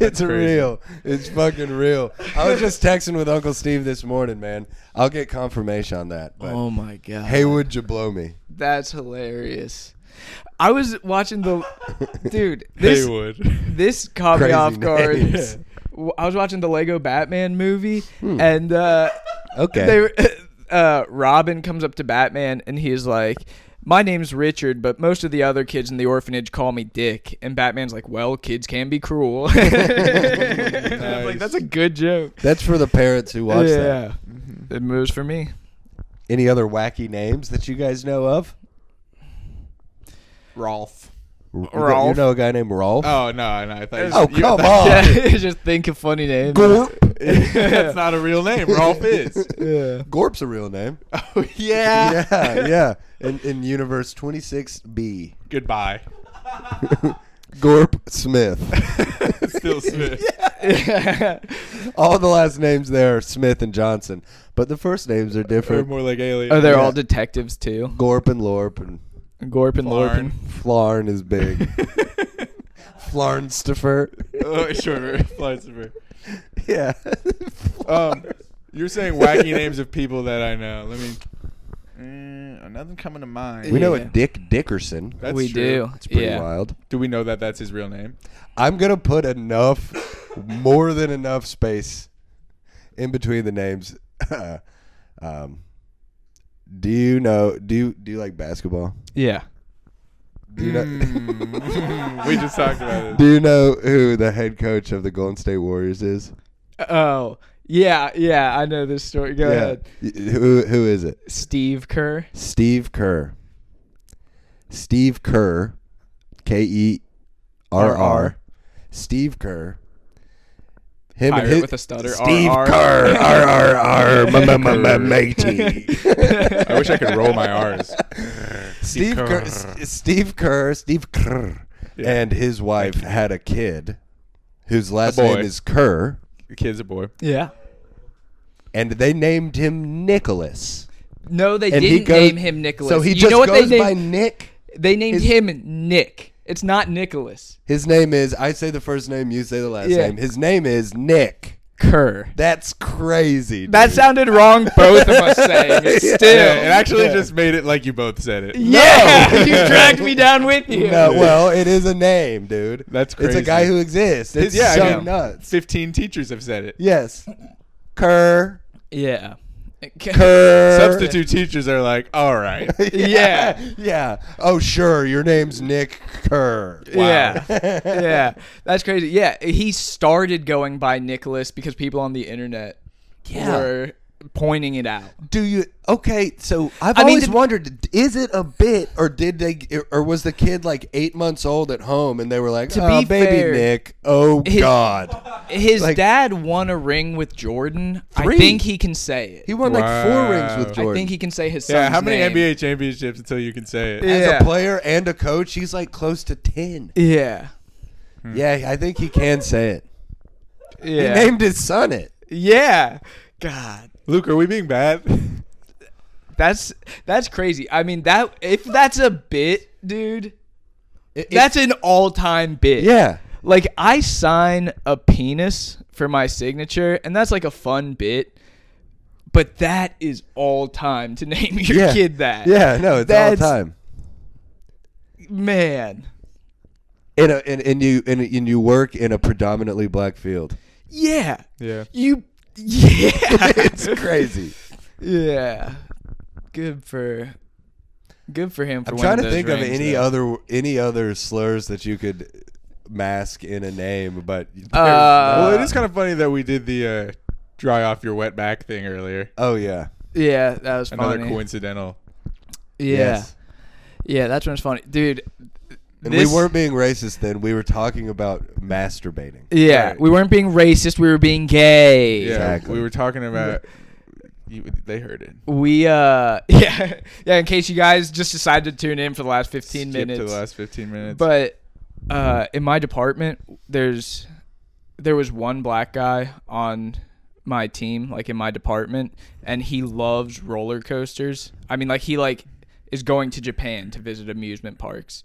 [SPEAKER 4] it's
[SPEAKER 3] crazy.
[SPEAKER 4] real. It's fucking real. I was just texting with Uncle Steve this morning, man. I'll get confirmation on that. But
[SPEAKER 2] Oh my god,
[SPEAKER 4] Haywood Jablomi.
[SPEAKER 2] that's hilarious. I was watching
[SPEAKER 4] *laughs*
[SPEAKER 2] the dude. This this caught me
[SPEAKER 4] Crazy
[SPEAKER 2] off guard.
[SPEAKER 4] *laughs* names.
[SPEAKER 2] W- I was watching the Lego Batman movie, and uh,
[SPEAKER 4] Hmm.
[SPEAKER 2] *laughs*
[SPEAKER 4] Okay.
[SPEAKER 2] they were- uh, Robin comes up to Batman, and he's like, my name's Richard, but most of the other kids in the orphanage call me Dick. And Batman's like, well, kids can be cruel. *laughs* I'm like,
[SPEAKER 3] Nice.
[SPEAKER 2] that's a good joke.
[SPEAKER 4] That's for the parents who watch
[SPEAKER 2] yeah.
[SPEAKER 4] that.
[SPEAKER 2] It moves for me.
[SPEAKER 4] Any other wacky names that you guys know of? Rolf.
[SPEAKER 3] Rolf.
[SPEAKER 4] You
[SPEAKER 2] Rolf.
[SPEAKER 4] know a guy named Rolf?
[SPEAKER 3] Oh no, no, I thought. you-
[SPEAKER 4] Oh,
[SPEAKER 3] you- *laughs*
[SPEAKER 4] come
[SPEAKER 3] that-
[SPEAKER 4] on.
[SPEAKER 2] *laughs* Yeah, just think of funny names.
[SPEAKER 4] Gorp. *laughs*
[SPEAKER 3] *laughs* That's not a real name. Rolf is.
[SPEAKER 2] *laughs* Yeah.
[SPEAKER 4] Gorp's a real name.
[SPEAKER 3] Oh
[SPEAKER 4] *laughs*
[SPEAKER 3] yeah.
[SPEAKER 4] yeah, yeah. In, in Universe 26B.
[SPEAKER 3] Goodbye.
[SPEAKER 4] Gorp Smith. *laughs*
[SPEAKER 3] Still Smith.
[SPEAKER 4] all the last names there are Smith and Johnson, but the first names are
[SPEAKER 3] Or
[SPEAKER 4] different.
[SPEAKER 3] more like
[SPEAKER 2] *laughs*
[SPEAKER 3] alien.
[SPEAKER 2] Oh, they're
[SPEAKER 4] Yeah.
[SPEAKER 2] all detectives too.
[SPEAKER 4] Gorp and Lorp and
[SPEAKER 2] Gorp and Lorpin.
[SPEAKER 3] Flarn.
[SPEAKER 4] Flarn is
[SPEAKER 3] *laughs*
[SPEAKER 4] big.
[SPEAKER 2] *laughs*
[SPEAKER 4] Flarnstifer.
[SPEAKER 3] *laughs* oh, sure. Flies over.
[SPEAKER 4] Yeah.
[SPEAKER 3] *laughs* Um, you're saying wacky names of people that I know. Let me. Mm, nothing coming to mind.
[SPEAKER 4] We know
[SPEAKER 2] Yeah.
[SPEAKER 4] it. Dick Dickerson.
[SPEAKER 3] That's
[SPEAKER 2] we
[SPEAKER 3] true.
[SPEAKER 2] do.
[SPEAKER 4] That's pretty
[SPEAKER 2] yeah.
[SPEAKER 4] wild.
[SPEAKER 3] Do we know that that's his real name?
[SPEAKER 4] I'm gonna put enough, more than enough space in between the names. *laughs* um, do you know? Do you do you like basketball?
[SPEAKER 2] Yeah.
[SPEAKER 4] Do you,
[SPEAKER 3] Hmm.
[SPEAKER 4] know,
[SPEAKER 3] we just talked about
[SPEAKER 4] do
[SPEAKER 3] it.
[SPEAKER 4] you know who the head coach of the Golden State Warriors is?
[SPEAKER 2] Oh, yeah, yeah. I know this story. Go ahead.
[SPEAKER 4] Y- Who who is it?
[SPEAKER 2] Steve Kerr.
[SPEAKER 4] Steve Kerr. Steve Kerr, K E R R. Steve Kerr. Him
[SPEAKER 2] Pirate with a stutter,
[SPEAKER 4] Steve
[SPEAKER 2] RR.
[SPEAKER 4] Kerr, R R R, m- m- m- m- matey.
[SPEAKER 3] *laughs* I wish I could roll my R's.
[SPEAKER 4] Steve Kerr, S- Steve Kerr, Steve Kerr,
[SPEAKER 3] Yeah.
[SPEAKER 4] and his wife had a kid, whose last
[SPEAKER 3] boy.
[SPEAKER 4] name is Kerr,
[SPEAKER 3] The kid's a boy.
[SPEAKER 2] Yeah.
[SPEAKER 4] and they named him Nicholas.
[SPEAKER 2] No, they
[SPEAKER 4] And
[SPEAKER 2] didn't
[SPEAKER 4] he goes,
[SPEAKER 2] name him Nicholas.
[SPEAKER 4] So he
[SPEAKER 2] you
[SPEAKER 4] just
[SPEAKER 2] know what
[SPEAKER 4] goes
[SPEAKER 2] they named?
[SPEAKER 4] by Nick.
[SPEAKER 2] they named
[SPEAKER 4] his-
[SPEAKER 2] him Nick. It's not Nicholas.
[SPEAKER 4] His name is. I say the first name. You say the last
[SPEAKER 2] Yeah.
[SPEAKER 4] name. His name is Nick.
[SPEAKER 2] Kerr.
[SPEAKER 4] That's crazy. Dude.
[SPEAKER 2] That sounded wrong.
[SPEAKER 4] *laughs*
[SPEAKER 2] Both of us saying it.
[SPEAKER 4] Yeah.
[SPEAKER 2] Still.
[SPEAKER 3] Yeah, it actually
[SPEAKER 4] Yeah.
[SPEAKER 3] just made it like you both said it.
[SPEAKER 2] Yeah, *laughs* you dragged me down with you.
[SPEAKER 4] No, well, it is a name, dude.
[SPEAKER 3] That's
[SPEAKER 4] It's a
[SPEAKER 3] crazy.
[SPEAKER 4] guy who exists. It's
[SPEAKER 3] yeah, I
[SPEAKER 4] so
[SPEAKER 3] know.
[SPEAKER 4] nuts.
[SPEAKER 3] Fifteen teachers have said it.
[SPEAKER 4] Yes. Kerr.
[SPEAKER 2] Yeah.
[SPEAKER 4] Kerr.
[SPEAKER 3] Substitute teachers are like, all right.
[SPEAKER 2] Yeah.
[SPEAKER 4] *laughs* Yeah. Oh, sure. Your name's Nick Kerr.
[SPEAKER 2] Yeah.
[SPEAKER 4] *laughs*
[SPEAKER 2] yeah. That's crazy. Yeah. He started going by Nicholas because people on the internet
[SPEAKER 4] Yeah.
[SPEAKER 2] were pointing it out.
[SPEAKER 4] Do you? Okay. So I've
[SPEAKER 2] I mean,
[SPEAKER 4] always
[SPEAKER 2] the-
[SPEAKER 4] wondered: is it a bit, or did they, or was the kid like eight months old at home, and they were like,
[SPEAKER 2] To
[SPEAKER 4] "Oh,
[SPEAKER 2] be
[SPEAKER 4] baby
[SPEAKER 2] fair,
[SPEAKER 4] Nick. Oh
[SPEAKER 2] *laughs* his-
[SPEAKER 4] God."
[SPEAKER 2] His
[SPEAKER 4] Like-
[SPEAKER 2] dad won a ring with Jordan.
[SPEAKER 4] Three.
[SPEAKER 2] I think he can say it.
[SPEAKER 4] He won like four rings with
[SPEAKER 3] Wow.
[SPEAKER 4] Jordan.
[SPEAKER 2] I think he can say his son's
[SPEAKER 3] Yeah, how many
[SPEAKER 2] name.
[SPEAKER 3] NBA championships until you can say it?
[SPEAKER 2] Yeah.
[SPEAKER 4] As a player and a coach, he's like close to ten.
[SPEAKER 2] Yeah.
[SPEAKER 4] Yeah, I think he can say it.
[SPEAKER 2] Hmm. Yeah.
[SPEAKER 4] He named his son it.
[SPEAKER 2] yeah. God.
[SPEAKER 3] Luke, are we being bad?
[SPEAKER 2] That's that's crazy. I mean that if that's a bit, dude, that's an all-time bit.
[SPEAKER 4] yeah.
[SPEAKER 2] Like I sign a penis for my signature, and that's like a fun bit. But that is all time to *laughs* name your
[SPEAKER 4] Yeah.
[SPEAKER 2] kid that.
[SPEAKER 4] Yeah, no, it's
[SPEAKER 2] That's-
[SPEAKER 4] all time.
[SPEAKER 2] Man.
[SPEAKER 4] In a, in, in you in, in you work in a predominantly black field.
[SPEAKER 2] Yeah.
[SPEAKER 3] Yeah.
[SPEAKER 4] *laughs*
[SPEAKER 2] You. *laughs* Yeah.
[SPEAKER 4] it's
[SPEAKER 2] *laughs*
[SPEAKER 4] crazy.
[SPEAKER 2] Yeah. Good for. Good for him. For
[SPEAKER 4] I'm
[SPEAKER 2] winning
[SPEAKER 4] trying to
[SPEAKER 2] those
[SPEAKER 4] think of
[SPEAKER 2] rings,
[SPEAKER 4] any
[SPEAKER 2] though.
[SPEAKER 4] other any other slurs that you could mask in a name, but
[SPEAKER 2] Uh,
[SPEAKER 3] well, it is kind of funny that we did the uh, dry off your wet back thing earlier.
[SPEAKER 4] oh yeah,
[SPEAKER 2] Yeah, that was
[SPEAKER 3] Another
[SPEAKER 2] funny.
[SPEAKER 3] coincidental.
[SPEAKER 2] yeah.
[SPEAKER 4] yes.
[SPEAKER 2] Yeah, that's when it's funny, dude.
[SPEAKER 4] And
[SPEAKER 2] this-
[SPEAKER 4] we weren't being racist then. We were talking about masturbating.
[SPEAKER 2] Yeah,
[SPEAKER 3] Right.
[SPEAKER 2] we weren't being racist. We were being gay.
[SPEAKER 3] Yeah,
[SPEAKER 4] Exactly.
[SPEAKER 3] we were talking about. You, they heard it.
[SPEAKER 2] We uh *laughs* yeah yeah in case you guys just decided to tune in for the last 15
[SPEAKER 3] Skip
[SPEAKER 2] minutes.
[SPEAKER 3] to the last fifteen minutes.
[SPEAKER 2] But uh in my department there's there was one black guy on my team like in my department and he loves roller coasters. I mean like he like is going to Japan to visit amusement parks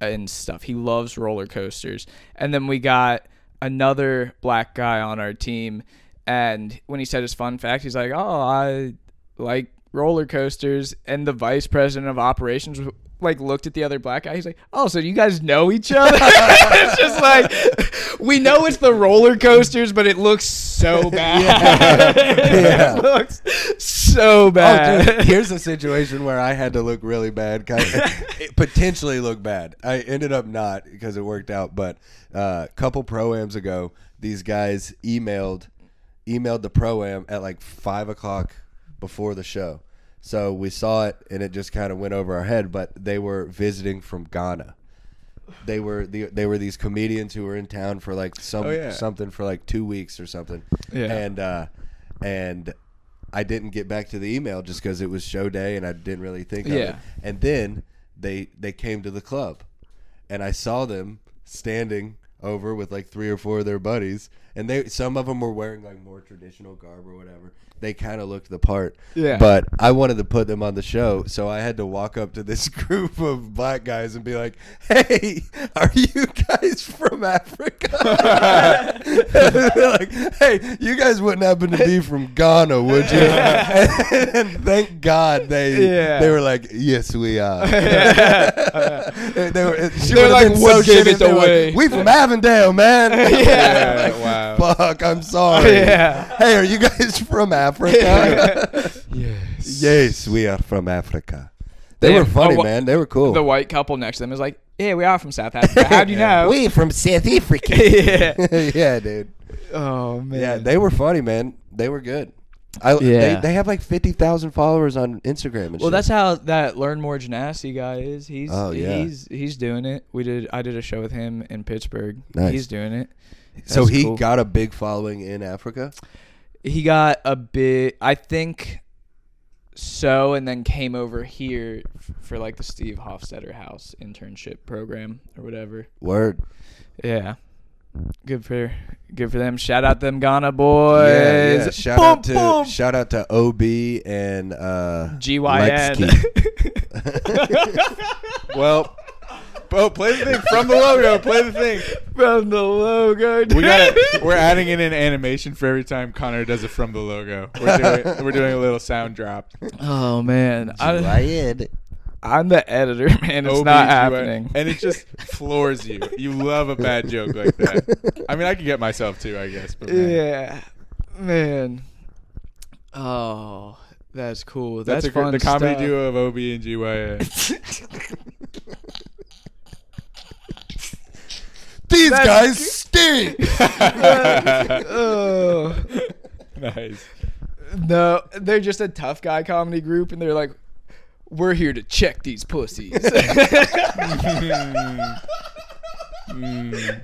[SPEAKER 2] and stuff. He loves roller coasters. And then we got another black guy on our team and when he said his fun fact he's like, "Oh, I like roller coasters and the vice president of operations w- like looked at the other black guy he's like oh so you guys know each other *laughs* it's just like we know it's *laughs* the roller coasters but it looks so bad
[SPEAKER 4] Yeah.
[SPEAKER 2] it looks so bad. *laughs*
[SPEAKER 4] Oh, dude, here's a situation where I had to look really bad, kind of, potentially look bad. I ended up not because it worked out. But a couple proams ago, these guys emailed emailed the proam at like five o'clock before the show. So we saw it, and it just kind of went over our head. But they were visiting from Ghana. They were the, they were these comedians who were in town for like some
[SPEAKER 3] Oh, yeah.
[SPEAKER 4] something for like two weeks or something.
[SPEAKER 2] Yeah.
[SPEAKER 4] And uh, and I didn't get back to the email just because it was show day and I didn't really think of it.
[SPEAKER 2] Yeah.
[SPEAKER 4] And then they they came to the club, and I saw them standing over with like three or four of their buddies, and they some of them were wearing like more traditional garb or whatever. They kind of looked the part.
[SPEAKER 2] Yeah.
[SPEAKER 4] But I wanted to put them on the show, so I had to walk up to this *laughs* group of black guys and be like, "Hey, are you guys from Africa?" *laughs* They're like, "Hey, you guys wouldn't happen to be from Ghana,
[SPEAKER 2] *laughs*
[SPEAKER 4] would you?" and thank God they
[SPEAKER 2] Yeah.
[SPEAKER 4] they were like, "Yes,
[SPEAKER 2] *laughs*
[SPEAKER 4] we are." *laughs* they were. She
[SPEAKER 2] They're
[SPEAKER 4] would've
[SPEAKER 2] like,
[SPEAKER 4] been
[SPEAKER 2] "What
[SPEAKER 4] so
[SPEAKER 2] gave
[SPEAKER 4] shitty
[SPEAKER 2] it
[SPEAKER 4] if they were like,
[SPEAKER 2] away?"
[SPEAKER 4] we from
[SPEAKER 2] *laughs*
[SPEAKER 4] Avondale, man.
[SPEAKER 2] Yeah.
[SPEAKER 4] Like,
[SPEAKER 3] wow.
[SPEAKER 4] Fuck, I'm sorry.
[SPEAKER 2] Yeah.
[SPEAKER 4] Hey, are you guys
[SPEAKER 2] *laughs*
[SPEAKER 4] from Africa?
[SPEAKER 2] yes.
[SPEAKER 4] yes, we are from Africa. They
[SPEAKER 2] Damn.
[SPEAKER 4] were funny,
[SPEAKER 2] Oh, wha-
[SPEAKER 4] man. They were cool.
[SPEAKER 2] The white couple next to them is like, "Yeah, we are from South *laughs* Africa. How
[SPEAKER 4] *laughs*
[SPEAKER 2] do you know?"
[SPEAKER 4] we from South Africa.
[SPEAKER 2] *laughs* yeah.
[SPEAKER 4] *laughs* yeah, dude.
[SPEAKER 2] Oh man.
[SPEAKER 4] Yeah, they were funny, man. They were good. I,
[SPEAKER 2] Yeah.
[SPEAKER 4] they, they have like 50,000 followers on Instagram and
[SPEAKER 2] well,
[SPEAKER 4] shit.
[SPEAKER 2] that's how that learn more gymnasty guy is. He's
[SPEAKER 4] Oh, yeah.
[SPEAKER 2] he's he's doing it. We did I did a show with him in Pittsburgh.
[SPEAKER 4] Nice.
[SPEAKER 2] He's doing it.
[SPEAKER 4] so
[SPEAKER 2] That's
[SPEAKER 4] he
[SPEAKER 2] cool.
[SPEAKER 4] got a big following in Africa?
[SPEAKER 2] he got a bit i think so and then came over here f- for like the steve hofstetter house internship program or whatever
[SPEAKER 4] Word.
[SPEAKER 2] yeah good for good for them shout out them ghana boys
[SPEAKER 4] Yeah, yeah. Shout
[SPEAKER 2] Boom,
[SPEAKER 4] out to
[SPEAKER 2] boom.
[SPEAKER 4] shout out to OB and uh, Lex
[SPEAKER 2] gyn
[SPEAKER 4] Keith.
[SPEAKER 3] Well, oh, play the thing from the logo. Play the thing.
[SPEAKER 2] from the logo
[SPEAKER 3] We got.
[SPEAKER 2] *laughs* dude.
[SPEAKER 3] We're adding in an animation for every time Connor does it from the logo. We're doing, we're doing a little sound drop.
[SPEAKER 2] oh man *laughs* I,
[SPEAKER 4] Ryan.
[SPEAKER 2] i'm the editor man *laughs* it's
[SPEAKER 3] OB,
[SPEAKER 2] not
[SPEAKER 3] GYN.
[SPEAKER 2] happening
[SPEAKER 3] And it
[SPEAKER 2] *laughs*
[SPEAKER 3] just floors you. You love a bad joke
[SPEAKER 2] *laughs*
[SPEAKER 3] like that. I mean, I can get myself too, I guess. But man,
[SPEAKER 2] yeah man oh that's cool
[SPEAKER 3] that's,
[SPEAKER 2] that's,
[SPEAKER 3] a gr-
[SPEAKER 2] fun
[SPEAKER 3] the comedy
[SPEAKER 2] stuff.
[SPEAKER 3] duo of OB and GYN.
[SPEAKER 4] These
[SPEAKER 2] That's
[SPEAKER 4] guys
[SPEAKER 2] good.
[SPEAKER 4] stink.
[SPEAKER 2] *laughs* Oh.
[SPEAKER 3] *laughs* nice.
[SPEAKER 2] No, they're just a tough guy comedy group, and they're like, "We're here to check these
[SPEAKER 3] *laughs*
[SPEAKER 2] pussies." *laughs*
[SPEAKER 3] Mm. Mm.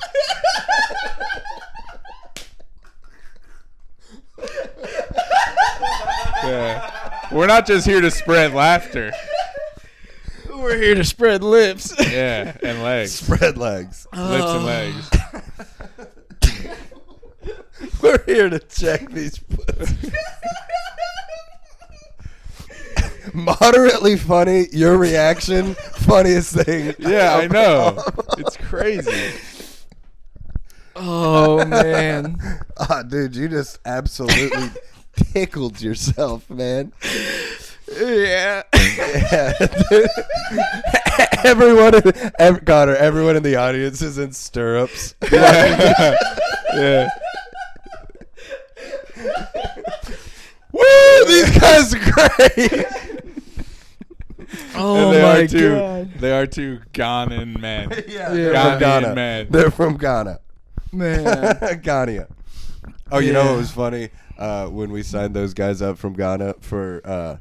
[SPEAKER 3] Yeah. We're not just here to spread laughter.
[SPEAKER 2] We're here to spread lips. Oh,
[SPEAKER 3] Yeah, and
[SPEAKER 4] *laughs*
[SPEAKER 3] legs.
[SPEAKER 4] Spread legs.
[SPEAKER 3] Lips and legs.
[SPEAKER 4] We're here to check these pussies. *laughs* Moderately funny. Your reaction, funniest thing.
[SPEAKER 3] Yeah,
[SPEAKER 4] *laughs*
[SPEAKER 3] I know. It's crazy.
[SPEAKER 2] Oh man,
[SPEAKER 3] *laughs*
[SPEAKER 4] Ah, dude, you just absolutely tickled yourself, man.
[SPEAKER 3] *laughs*
[SPEAKER 2] yeah.
[SPEAKER 4] Yeah, dude. *laughs*
[SPEAKER 2] *laughs*
[SPEAKER 4] everyone, in, ev- Connor, everyone in the audience is in stirrups.
[SPEAKER 3] yeah. yeah.
[SPEAKER 4] Woo! *laughs* These guys are great.
[SPEAKER 2] Oh *laughs*
[SPEAKER 4] Oh
[SPEAKER 3] And they
[SPEAKER 2] my
[SPEAKER 3] are two,
[SPEAKER 2] god,
[SPEAKER 3] They are two Ghanan *laughs* men.
[SPEAKER 4] yeah,
[SPEAKER 2] Yeah.
[SPEAKER 4] they're from Ghana.
[SPEAKER 3] Ghanaian men.
[SPEAKER 4] They're from Ghana. *laughs*
[SPEAKER 2] man.
[SPEAKER 4] Ghana. Oh, you know
[SPEAKER 2] Yeah.
[SPEAKER 4] what was funny uh, when we signed those guys up from Ghana for uh,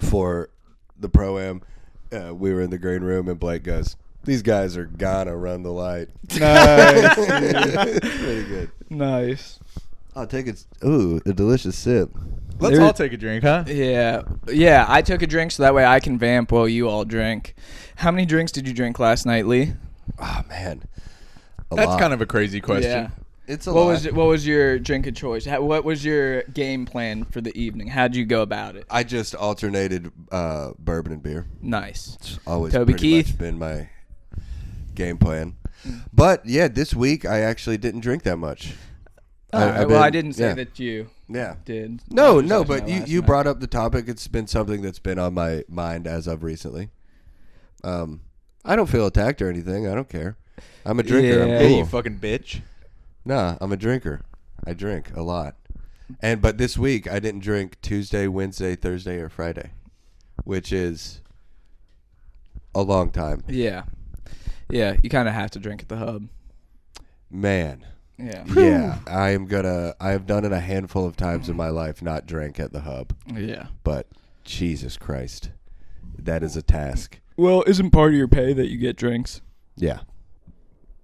[SPEAKER 4] for the pro am. Uh, we were in the green room and Blake goes, "These guys are Ghana, run the light."
[SPEAKER 3] Nice.
[SPEAKER 4] It's *laughs* pretty good.
[SPEAKER 2] nice.
[SPEAKER 4] I'll take it. Ooh, a delicious sip.
[SPEAKER 3] Let's all take a drink, huh?
[SPEAKER 2] Yeah, yeah. I took a drink so that way I can vamp while you all drink. How many drinks did you drink last night, Lee? Ah,
[SPEAKER 4] Oh man, a
[SPEAKER 3] That's
[SPEAKER 4] lot.
[SPEAKER 3] kind of a crazy question.
[SPEAKER 2] Yeah.
[SPEAKER 4] it's a
[SPEAKER 2] What
[SPEAKER 4] lot.
[SPEAKER 2] was what was your drink of choice? How, what was your game plan for the evening? How'd you go about it?
[SPEAKER 4] I just alternated uh, bourbon and beer.
[SPEAKER 2] Nice.
[SPEAKER 4] It's always
[SPEAKER 2] Toby
[SPEAKER 4] pretty much
[SPEAKER 2] Keith.
[SPEAKER 4] been my game plan. But yeah, this week I actually didn't drink that much. I-
[SPEAKER 2] Alright,
[SPEAKER 4] I've
[SPEAKER 2] Uh, well, I
[SPEAKER 4] been-
[SPEAKER 2] didn't say
[SPEAKER 4] yeah.
[SPEAKER 2] that you
[SPEAKER 4] Yeah.
[SPEAKER 2] did. I
[SPEAKER 4] No,
[SPEAKER 2] was
[SPEAKER 4] no,
[SPEAKER 2] asking
[SPEAKER 4] but
[SPEAKER 2] that
[SPEAKER 4] you,
[SPEAKER 2] last
[SPEAKER 4] you
[SPEAKER 2] night.
[SPEAKER 4] brought up the topic. It's been something that's been on my mind as of recently. Um, I don't feel attacked or anything. I don't care. I'm a drinker.
[SPEAKER 2] Yeah.
[SPEAKER 4] I'm
[SPEAKER 2] Hey,
[SPEAKER 4] cool.
[SPEAKER 3] you fucking bitch.
[SPEAKER 4] nah, I'm a drinker. I drink a lot. And but this week I didn't drink Tuesday, Wednesday, Thursday, or Friday, which is a long time.
[SPEAKER 2] Yeah. Yeah, you kind of have to drink at the hub.
[SPEAKER 4] Man, *laughs*
[SPEAKER 2] Yeah.
[SPEAKER 4] yeah, I am gonna. I have done it a handful of times in my life, not drink at the hub,
[SPEAKER 2] Yeah.
[SPEAKER 4] but Jesus Christ, that is a task.
[SPEAKER 2] Well, isn't part of your pay that you get drinks?
[SPEAKER 4] Yeah,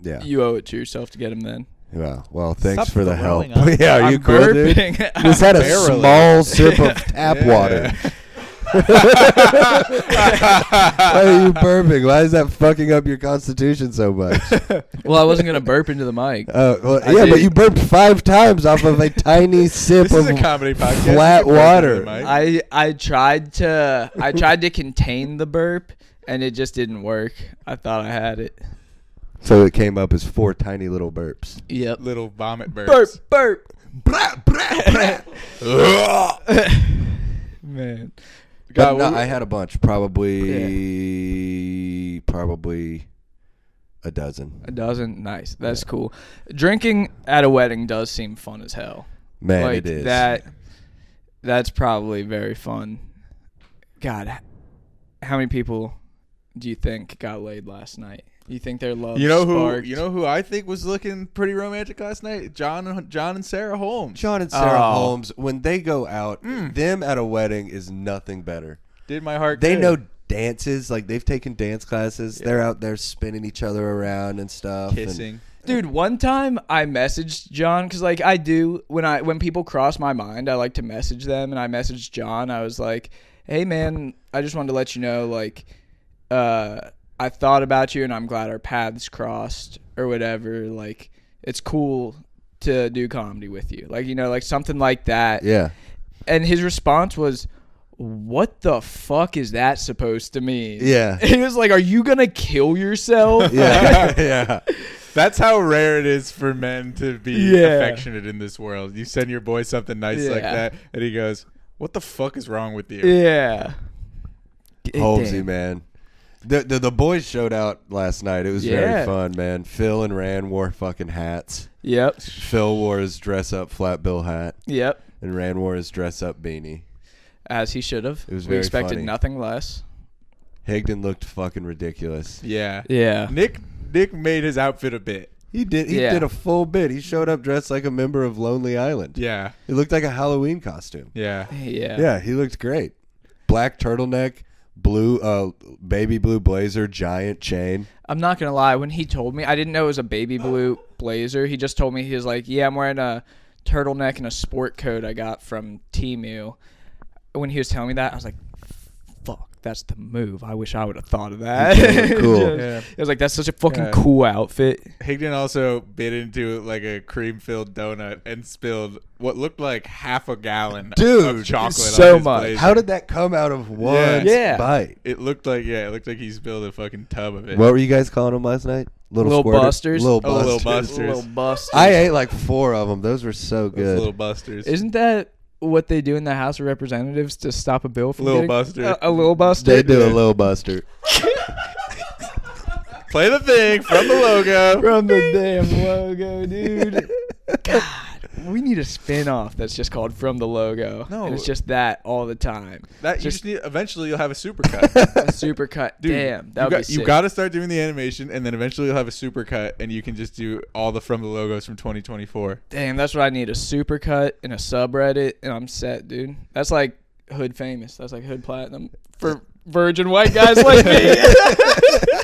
[SPEAKER 4] yeah.
[SPEAKER 2] You owe it to yourself to get them then.
[SPEAKER 4] Well, well, thanks
[SPEAKER 1] Stop
[SPEAKER 4] for the help.
[SPEAKER 1] throwing up.
[SPEAKER 4] *laughs* yeah, are
[SPEAKER 2] I'm
[SPEAKER 4] you cool, dude?
[SPEAKER 2] burping.
[SPEAKER 4] *laughs* You Just had a
[SPEAKER 3] Barely.
[SPEAKER 4] small sip
[SPEAKER 3] *laughs*
[SPEAKER 4] of tap water. Why are you burping? Why is that fucking up your constitution so
[SPEAKER 3] *laughs*
[SPEAKER 4] much?
[SPEAKER 2] well, I wasn't gonna burp into the
[SPEAKER 4] *laughs*
[SPEAKER 2] mic.
[SPEAKER 4] Uh, well,
[SPEAKER 2] I
[SPEAKER 4] yeah, but
[SPEAKER 2] did.
[SPEAKER 4] you burped five times off of a tiny sip
[SPEAKER 3] *laughs* This
[SPEAKER 4] of
[SPEAKER 3] is a comedy podcast.
[SPEAKER 4] flat
[SPEAKER 3] You can burp
[SPEAKER 4] water.
[SPEAKER 3] into the mic.
[SPEAKER 2] I I tried to I tried to contain the burp and it just didn't work. I thought I had it.
[SPEAKER 4] so it came up as four tiny little burps.
[SPEAKER 2] Yep.
[SPEAKER 3] little vomit burps.
[SPEAKER 2] Burp burp.
[SPEAKER 4] Brat, brat, brat.
[SPEAKER 2] *laughs* Man.
[SPEAKER 4] But
[SPEAKER 3] God,
[SPEAKER 4] no,
[SPEAKER 3] what we-
[SPEAKER 4] I had a bunch, probably, probably a dozen.
[SPEAKER 2] A dozen. Nice. That's cool. Drinking at a wedding does seem fun as hell.
[SPEAKER 4] Man,
[SPEAKER 2] like
[SPEAKER 4] it is.
[SPEAKER 2] that that's probably very fun. God, h- how many people do you think got laid last night? You think their love
[SPEAKER 3] You know who?
[SPEAKER 2] sparked?
[SPEAKER 3] You know who I think was looking pretty romantic last night? John, and John and Sarah Holmes
[SPEAKER 4] John and Sarah
[SPEAKER 2] Oh.
[SPEAKER 4] Holmes, when they go out,
[SPEAKER 3] Mm.
[SPEAKER 4] them at a wedding is nothing better.
[SPEAKER 3] did my heart.
[SPEAKER 4] They
[SPEAKER 3] good.
[SPEAKER 4] know dances, like they've taken dance classes. They're out there spinning each other around and stuff. and-
[SPEAKER 3] kissing.
[SPEAKER 2] Dude, one time I messaged John cuz like I do when I when people cross my mind, I like to message them and I messaged John. I was like, "Hey man, I just wanted to let you know like uh I thought about you and I'm glad our paths crossed or whatever. Like it's cool to do comedy with you. Like you know, like something like that."
[SPEAKER 4] yeah.
[SPEAKER 2] And his response was what the fuck is that supposed to mean?
[SPEAKER 4] Yeah.
[SPEAKER 2] *laughs* He was like, Are you gonna kill yourself? *laughs*
[SPEAKER 4] Yeah. *laughs* yeah.
[SPEAKER 3] That's how rare it is for men to be
[SPEAKER 2] Yeah.
[SPEAKER 3] affectionate in this world. You send your boy something nice like
[SPEAKER 2] Yeah.
[SPEAKER 3] that, and he goes, "What the fuck is wrong with you?"
[SPEAKER 2] Yeah.
[SPEAKER 4] Holmesy, man. The, the the boys showed out last night. It was
[SPEAKER 2] Yeah.
[SPEAKER 4] very fun, man. Phil and Rand wore fucking hats.
[SPEAKER 2] Yep.
[SPEAKER 4] Phil wore his dress up flat bill hat,
[SPEAKER 2] Yep.
[SPEAKER 4] and Rand wore his dress up beanie.
[SPEAKER 2] As he should have.
[SPEAKER 4] It was
[SPEAKER 2] we
[SPEAKER 4] very
[SPEAKER 2] expected
[SPEAKER 4] funny.
[SPEAKER 2] nothing less.
[SPEAKER 4] Higdon looked fucking ridiculous.
[SPEAKER 3] Yeah.
[SPEAKER 2] Yeah.
[SPEAKER 3] Nick Nick made his outfit a bit.
[SPEAKER 4] He did. He
[SPEAKER 2] Yeah.
[SPEAKER 4] did a full bit. He showed up dressed like a member of Lonely Island.
[SPEAKER 3] Yeah.
[SPEAKER 4] It looked like a Halloween costume.
[SPEAKER 3] Yeah.
[SPEAKER 2] Yeah.
[SPEAKER 4] Yeah, he looked great. Black turtleneck, blue, uh, baby blue blazer, giant chain.
[SPEAKER 2] I'm not gonna lie. When he told me, I didn't know it was a baby blue blazer. He just told me he was like, "Yeah, I'm wearing a turtleneck and a sport coat I got from Timu." When he was telling me that, I was like, "Fuck, that's the move." I wish I would have thought of that.
[SPEAKER 4] Okay,
[SPEAKER 2] *laughs*
[SPEAKER 4] cool.
[SPEAKER 2] Just-
[SPEAKER 3] Yeah.
[SPEAKER 2] I was like, "That's such a fucking
[SPEAKER 3] Yeah.
[SPEAKER 2] cool outfit."
[SPEAKER 3] Higdon also bit into like a cream filled donut and spilled what looked like half a gallon
[SPEAKER 4] Dude,
[SPEAKER 3] of chocolate.
[SPEAKER 2] so
[SPEAKER 3] on his
[SPEAKER 2] much.
[SPEAKER 3] blazer.
[SPEAKER 4] How did that come out of one
[SPEAKER 3] Yeah.
[SPEAKER 2] Yeah.
[SPEAKER 4] bite?
[SPEAKER 3] it looked like? Yeah, it looked like he spilled a fucking tub of it.
[SPEAKER 4] What were you guys calling them last night? Little,
[SPEAKER 2] Little
[SPEAKER 4] squirter-
[SPEAKER 2] busters.
[SPEAKER 4] Little
[SPEAKER 3] Oh,
[SPEAKER 4] busters.
[SPEAKER 3] Little Busters.
[SPEAKER 2] Little busters.
[SPEAKER 4] *laughs* I ate like four of them. Those were so
[SPEAKER 3] Those
[SPEAKER 4] good.
[SPEAKER 3] little busters.
[SPEAKER 2] Isn't that what they do in the House of Representatives to stop a bill from
[SPEAKER 3] Little
[SPEAKER 2] getting-
[SPEAKER 3] Buster.
[SPEAKER 2] A, a little buster.
[SPEAKER 4] they do a little buster.
[SPEAKER 3] Play the thing from the
[SPEAKER 2] *laughs*
[SPEAKER 3] logo.
[SPEAKER 2] from the damn logo, dude. God, *laughs* we need a spin-off that's just called From the Logo.
[SPEAKER 3] No.
[SPEAKER 2] and it's just that all the time.
[SPEAKER 3] That
[SPEAKER 2] just
[SPEAKER 3] you just need, eventually you'll have
[SPEAKER 2] *laughs*
[SPEAKER 3] a supercut. *laughs*
[SPEAKER 2] a super cut.
[SPEAKER 3] Dude,
[SPEAKER 2] damn, that
[SPEAKER 3] you
[SPEAKER 2] would
[SPEAKER 3] got,
[SPEAKER 2] be sick.
[SPEAKER 3] you got to start doing the animation, and then eventually you'll have a supercut, and you can just do all the from the logos from 2024.
[SPEAKER 2] damn, that's what I need. A super cut and a subreddit, and I'm set, dude. That's like hood famous. That's like hood platinum
[SPEAKER 3] *laughs*
[SPEAKER 2] for virgin white guys like me.
[SPEAKER 4] *laughs*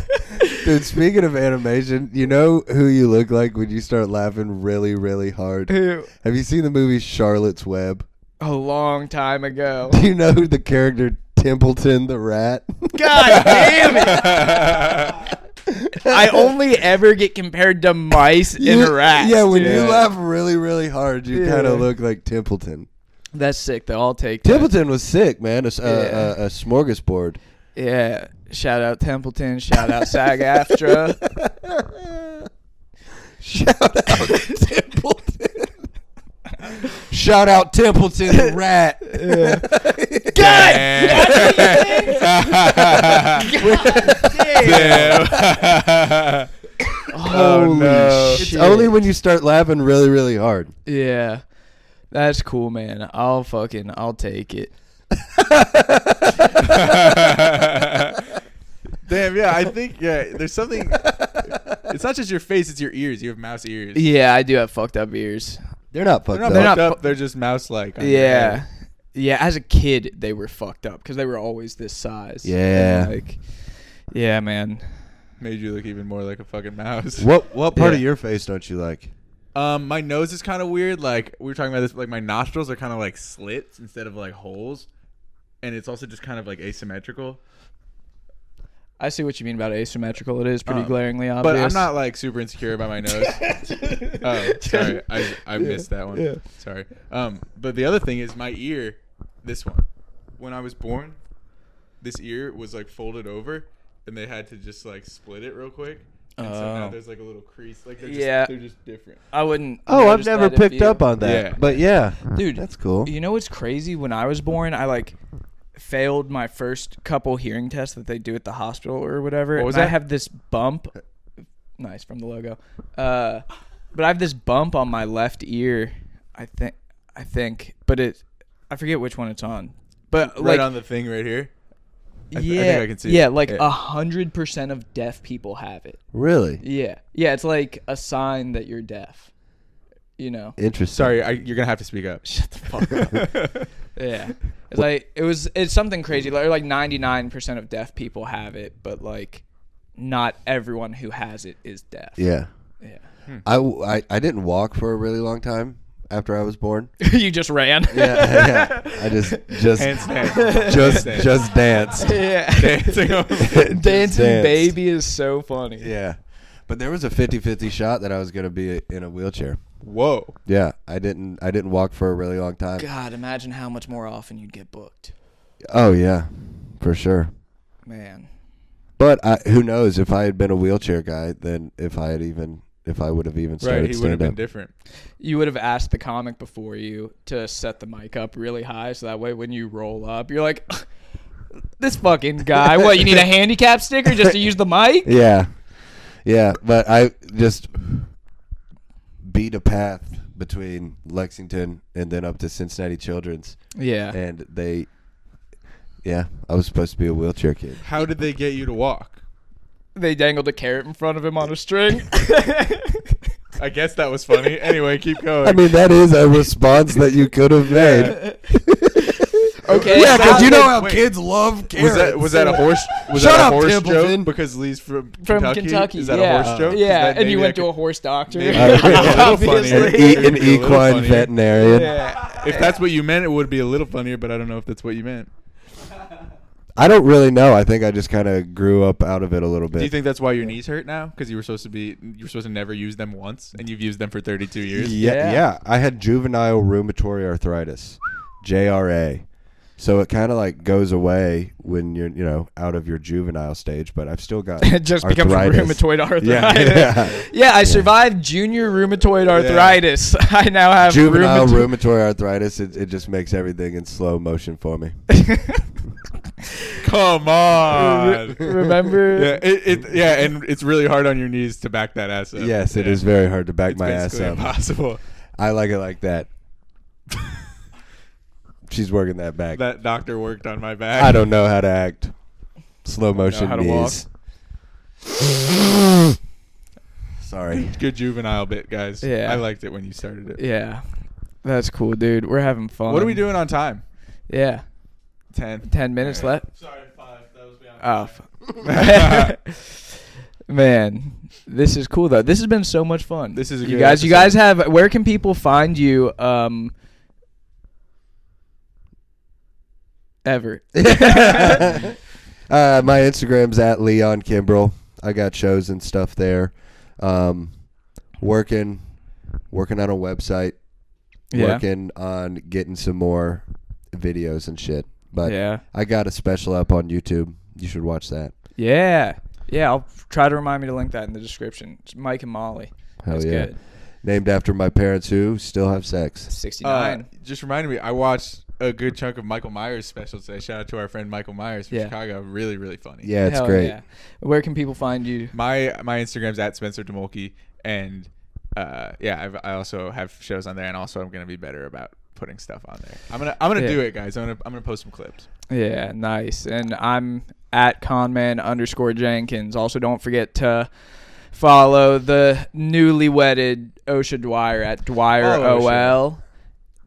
[SPEAKER 4] Dude, speaking of animation, you know who you look like when you start laughing really, really hard?
[SPEAKER 2] Who?
[SPEAKER 4] Have you seen the movie Charlotte's Web? *laughs*
[SPEAKER 2] A long time ago.
[SPEAKER 4] Do you know who the character Templeton the Rat? *laughs*
[SPEAKER 2] God damn it! I only ever get compared to mice and
[SPEAKER 4] You-
[SPEAKER 2] rats.
[SPEAKER 4] Yeah, when
[SPEAKER 2] dude.
[SPEAKER 4] you laugh really, really hard, you
[SPEAKER 2] Yeah.
[SPEAKER 4] kind of look like Templeton.
[SPEAKER 2] That's sick though. I'll take that.
[SPEAKER 4] Templeton was sick, man. A, s- a-
[SPEAKER 2] Yeah.
[SPEAKER 4] a- a smorgasbord.
[SPEAKER 2] Yeah. Shout out Templeton. Shout out SAG AFTRA.
[SPEAKER 4] Shout out *laughs* Templeton. Shout out Templeton the *laughs* Rat.
[SPEAKER 3] *laughs* Damn.
[SPEAKER 2] Holy
[SPEAKER 3] no.
[SPEAKER 2] shit.
[SPEAKER 4] Oh, It's only when you start laughing really, really hard.
[SPEAKER 2] yeah. That's cool, man. I'll fucking I'll take it.
[SPEAKER 3] *laughs* Damn, yeah, I think yeah, there's something It's not just your face, it's your ears. You have mouse ears.
[SPEAKER 2] Yeah, I do have fucked up ears.
[SPEAKER 4] They're not
[SPEAKER 3] They're
[SPEAKER 4] fucked up.
[SPEAKER 3] not
[SPEAKER 2] They're
[SPEAKER 3] fucked
[SPEAKER 2] not
[SPEAKER 3] up, they're just mouse like.
[SPEAKER 2] Yeah. Yeah, as a kid they were fucked up cuz they were always this size. And,
[SPEAKER 4] Yeah.
[SPEAKER 2] like Yeah, man.
[SPEAKER 3] Made you look even more like a fucking mouse.
[SPEAKER 4] *laughs* What what part of
[SPEAKER 2] Yeah.
[SPEAKER 4] your face don't you like?
[SPEAKER 3] Um, my nose is kind of weird. Like we were talking about this, like my nostrils are kind of like slits instead of like holes, and it's also just kind of like asymmetrical.
[SPEAKER 2] I see what you mean about asymmetrical. It is pretty
[SPEAKER 3] Um,
[SPEAKER 2] glaringly obvious.
[SPEAKER 3] But
[SPEAKER 2] *laughs*
[SPEAKER 3] I'm not like super insecure about my nose. oh, sorry, I, I missed that one.
[SPEAKER 2] yeah.
[SPEAKER 3] Sorry. Um, but the other thing is my ear, this one. When I was born, this ear was like folded over, and they had to just like split it real quick. And so now
[SPEAKER 2] Oh.
[SPEAKER 3] there's like a little crease. Like they're just,
[SPEAKER 2] Yeah.
[SPEAKER 3] they're just different.
[SPEAKER 2] I wouldn't
[SPEAKER 4] Oh, I've
[SPEAKER 2] notice
[SPEAKER 4] never
[SPEAKER 2] that if
[SPEAKER 4] picked
[SPEAKER 2] you-
[SPEAKER 4] up on that.
[SPEAKER 3] Yeah.
[SPEAKER 4] But yeah,
[SPEAKER 2] Dude,
[SPEAKER 4] that's cool.
[SPEAKER 2] You know what's crazy? When I was born, I like failed my first couple hearing tests that they do at the hospital or whatever.
[SPEAKER 3] What was
[SPEAKER 2] and I
[SPEAKER 3] that?
[SPEAKER 2] have this bump. *laughs* Nice from the logo. Uh, but I have this bump on my left ear. I think. I think, but it. I forget which one it's on. But
[SPEAKER 3] right
[SPEAKER 2] Uh, like,
[SPEAKER 3] on the thing right here. I th- I
[SPEAKER 2] yeah,
[SPEAKER 3] think I can see it.
[SPEAKER 2] yeah, like uh,
[SPEAKER 3] Yeah.
[SPEAKER 2] a hundred percent of deaf people have it.
[SPEAKER 4] Really
[SPEAKER 2] Yeah, yeah, it's like a sign that you're deaf. You know.
[SPEAKER 4] interesting.
[SPEAKER 3] Sorry, I, you're gonna have to speak up.
[SPEAKER 2] *laughs* Shut the fuck
[SPEAKER 3] *laughs*
[SPEAKER 2] up. Yeah.
[SPEAKER 4] *laughs*
[SPEAKER 2] It's like it was it's something crazy. Like like 99% of deaf people have it, but like not everyone who has it is deaf.
[SPEAKER 4] Yeah,
[SPEAKER 2] Yeah.
[SPEAKER 4] I, w- I- I didn't walk for a really long time after I was born.
[SPEAKER 2] *laughs* you just ran.
[SPEAKER 4] Yeah, yeah. I just
[SPEAKER 2] *laughs*
[SPEAKER 4] just
[SPEAKER 3] Handstand.
[SPEAKER 4] just
[SPEAKER 3] Handstand.
[SPEAKER 4] just danced. *laughs*
[SPEAKER 2] yeah.
[SPEAKER 3] Dancing on-
[SPEAKER 2] *laughs*
[SPEAKER 4] Just
[SPEAKER 2] Dancing
[SPEAKER 4] danced.
[SPEAKER 2] baby is so funny.
[SPEAKER 4] Yeah, but there was a 50-50 shot that I was gonna be in a wheelchair.
[SPEAKER 3] *laughs* Whoa.
[SPEAKER 4] Yeah, I didn't I didn't walk for a really long time.
[SPEAKER 2] God, imagine how much more often you'd get booked.
[SPEAKER 4] Oh yeah, for sure.
[SPEAKER 2] Man.
[SPEAKER 4] But I, who knows if I had been a wheelchair guy, then if I had even if I would have even started
[SPEAKER 3] Right, he would
[SPEAKER 4] stand
[SPEAKER 3] have been
[SPEAKER 4] up.
[SPEAKER 3] different.
[SPEAKER 2] You would have asked the comic before you to set the mic up really high so that way when you roll up, you're like *laughs* this fucking guy. What, you need a handicap sticker just to use the
[SPEAKER 4] *laughs*
[SPEAKER 2] mic?
[SPEAKER 4] Yeah, yeah. But I just beat a path between Lexington and then up to Cincinnati Children's,
[SPEAKER 2] Yeah.
[SPEAKER 4] and they, yeah, I was supposed to be a wheelchair kid.
[SPEAKER 3] How did they get you to walk?
[SPEAKER 2] they dangled a carrot in front of him on a
[SPEAKER 3] *laughs*
[SPEAKER 2] string.
[SPEAKER 3] I guess that was funny. Anyway, keep going.
[SPEAKER 4] I mean, that is a response that you could have made.
[SPEAKER 2] Okay.
[SPEAKER 4] Yeah, because you know
[SPEAKER 2] That-
[SPEAKER 4] how
[SPEAKER 3] Wait.
[SPEAKER 4] kids love carrots.
[SPEAKER 3] was that was that
[SPEAKER 4] *laughs*
[SPEAKER 3] a horse? Was
[SPEAKER 4] Shut
[SPEAKER 3] that a
[SPEAKER 4] up,
[SPEAKER 3] horse
[SPEAKER 4] Templeton.
[SPEAKER 3] joke? Because Lee's from
[SPEAKER 2] from
[SPEAKER 3] Kentucky.
[SPEAKER 2] Kentucky.
[SPEAKER 3] Is that
[SPEAKER 2] yeah.
[SPEAKER 3] a horse joke?
[SPEAKER 2] Yeah,
[SPEAKER 3] That
[SPEAKER 2] and you
[SPEAKER 3] maybe
[SPEAKER 2] went
[SPEAKER 3] I
[SPEAKER 2] to a
[SPEAKER 3] could-
[SPEAKER 2] horse doctor.
[SPEAKER 3] maybe
[SPEAKER 4] *laughs* I could be
[SPEAKER 3] *laughs*
[SPEAKER 4] a
[SPEAKER 2] *laughs*
[SPEAKER 3] little
[SPEAKER 2] Obviously.
[SPEAKER 3] funnier.
[SPEAKER 4] Uh, an, e- an
[SPEAKER 3] It'd be a little
[SPEAKER 4] equine
[SPEAKER 3] funnier.
[SPEAKER 4] veterinarian?
[SPEAKER 2] Yeah.
[SPEAKER 3] If that's what you meant, it would be a little funnier. But I don't know if that's what you meant.
[SPEAKER 4] I don't really know. I think I just kind of grew up out of it a little bit.
[SPEAKER 3] Do you think that's why your knees hurt now? Because you were supposed to be you were supposed to never use them once, and you've used them for 32 years.
[SPEAKER 4] Yeah,
[SPEAKER 2] Yeah.
[SPEAKER 4] yeah, I had juvenile rheumatoid arthritis, JRA. So it kind of like goes away when you're, you know, out of your juvenile stage, but I've still got
[SPEAKER 2] it *laughs* just becomes
[SPEAKER 4] arthritis.
[SPEAKER 2] rheumatoid arthritis.
[SPEAKER 4] Yeah,
[SPEAKER 3] *laughs*
[SPEAKER 4] yeah.
[SPEAKER 2] *laughs* Yeah, I survived junior rheumatoid arthritis. *laughs* I now have
[SPEAKER 4] Juvenile
[SPEAKER 2] rheumatoid.
[SPEAKER 4] rheumatoid arthritis, it, it just makes everything in slow motion
[SPEAKER 2] *laughs*
[SPEAKER 4] for me.
[SPEAKER 3] *laughs*
[SPEAKER 2] *laughs*
[SPEAKER 4] *laughs*
[SPEAKER 3] Come on.
[SPEAKER 2] Remember?
[SPEAKER 3] yeah, it, it, yeah, and it's really hard on your knees to back that ass up.
[SPEAKER 4] yes, it
[SPEAKER 3] Yeah.
[SPEAKER 4] is very hard to back
[SPEAKER 3] It's
[SPEAKER 4] my ass
[SPEAKER 3] basically
[SPEAKER 4] up.
[SPEAKER 3] impossible.
[SPEAKER 4] I like it like
[SPEAKER 3] *laughs*
[SPEAKER 4] that. She's working that back.
[SPEAKER 3] That doctor worked on my back.
[SPEAKER 4] I don't know how to act. Slow motion
[SPEAKER 3] how to walk.
[SPEAKER 4] knees. Sorry.
[SPEAKER 3] Good juvenile bit, guys.
[SPEAKER 2] Yeah.
[SPEAKER 3] I liked it when you started it.
[SPEAKER 2] Yeah. That's cool, dude. We're having fun.
[SPEAKER 3] What are we doing on time?
[SPEAKER 2] Yeah.
[SPEAKER 3] Ten.
[SPEAKER 2] 10 minutes left.
[SPEAKER 3] Sorry, five. That was beyond.
[SPEAKER 2] Oh.
[SPEAKER 3] *laughs*
[SPEAKER 2] f- *laughs* Man, this is cool though. This has been so much fun.
[SPEAKER 3] This is a
[SPEAKER 2] you
[SPEAKER 3] good
[SPEAKER 2] guys. You guys
[SPEAKER 3] episode.
[SPEAKER 2] have. Where can people find you? Um, ever.
[SPEAKER 4] Uh, my Instagram's at Leon Kimbrell. I got shows and stuff there. Um, working, working on a website.
[SPEAKER 2] Yeah.
[SPEAKER 4] Working on getting some more videos and shit. But
[SPEAKER 2] Yeah.
[SPEAKER 4] I got a special up on YouTube. You should watch that.
[SPEAKER 2] Yeah. Yeah. I'll try to remind me to link that in the description. It's Mike and Molly.
[SPEAKER 4] Hell
[SPEAKER 2] That's
[SPEAKER 4] yeah!
[SPEAKER 2] good.
[SPEAKER 4] Named after my parents who still have sex.
[SPEAKER 2] Sixty
[SPEAKER 3] Uh,
[SPEAKER 2] nine.
[SPEAKER 3] just reminded me, I watched a good chunk of Michael Myers special today. Shout out to our friend Michael Myers from
[SPEAKER 2] Yeah.
[SPEAKER 3] Chicago. Really, really funny.
[SPEAKER 4] Yeah, it's great.
[SPEAKER 2] Where can people find you?
[SPEAKER 3] My my Instagram's at Spencer Demolke, and uh, yeah, I've, I also have shows on there, and also I'm gonna be better about putting stuff on there. I'm gonna I'm gonna
[SPEAKER 2] Yeah.
[SPEAKER 3] do it, guys. I'm gonna I'm gonna post some clips.
[SPEAKER 2] Yeah, nice. And I'm at conman underscore Jenkins. Also, don't forget to follow the newly wedded OSHA Dwyer at Dwyer
[SPEAKER 3] Oh, OSHA.
[SPEAKER 2] OL.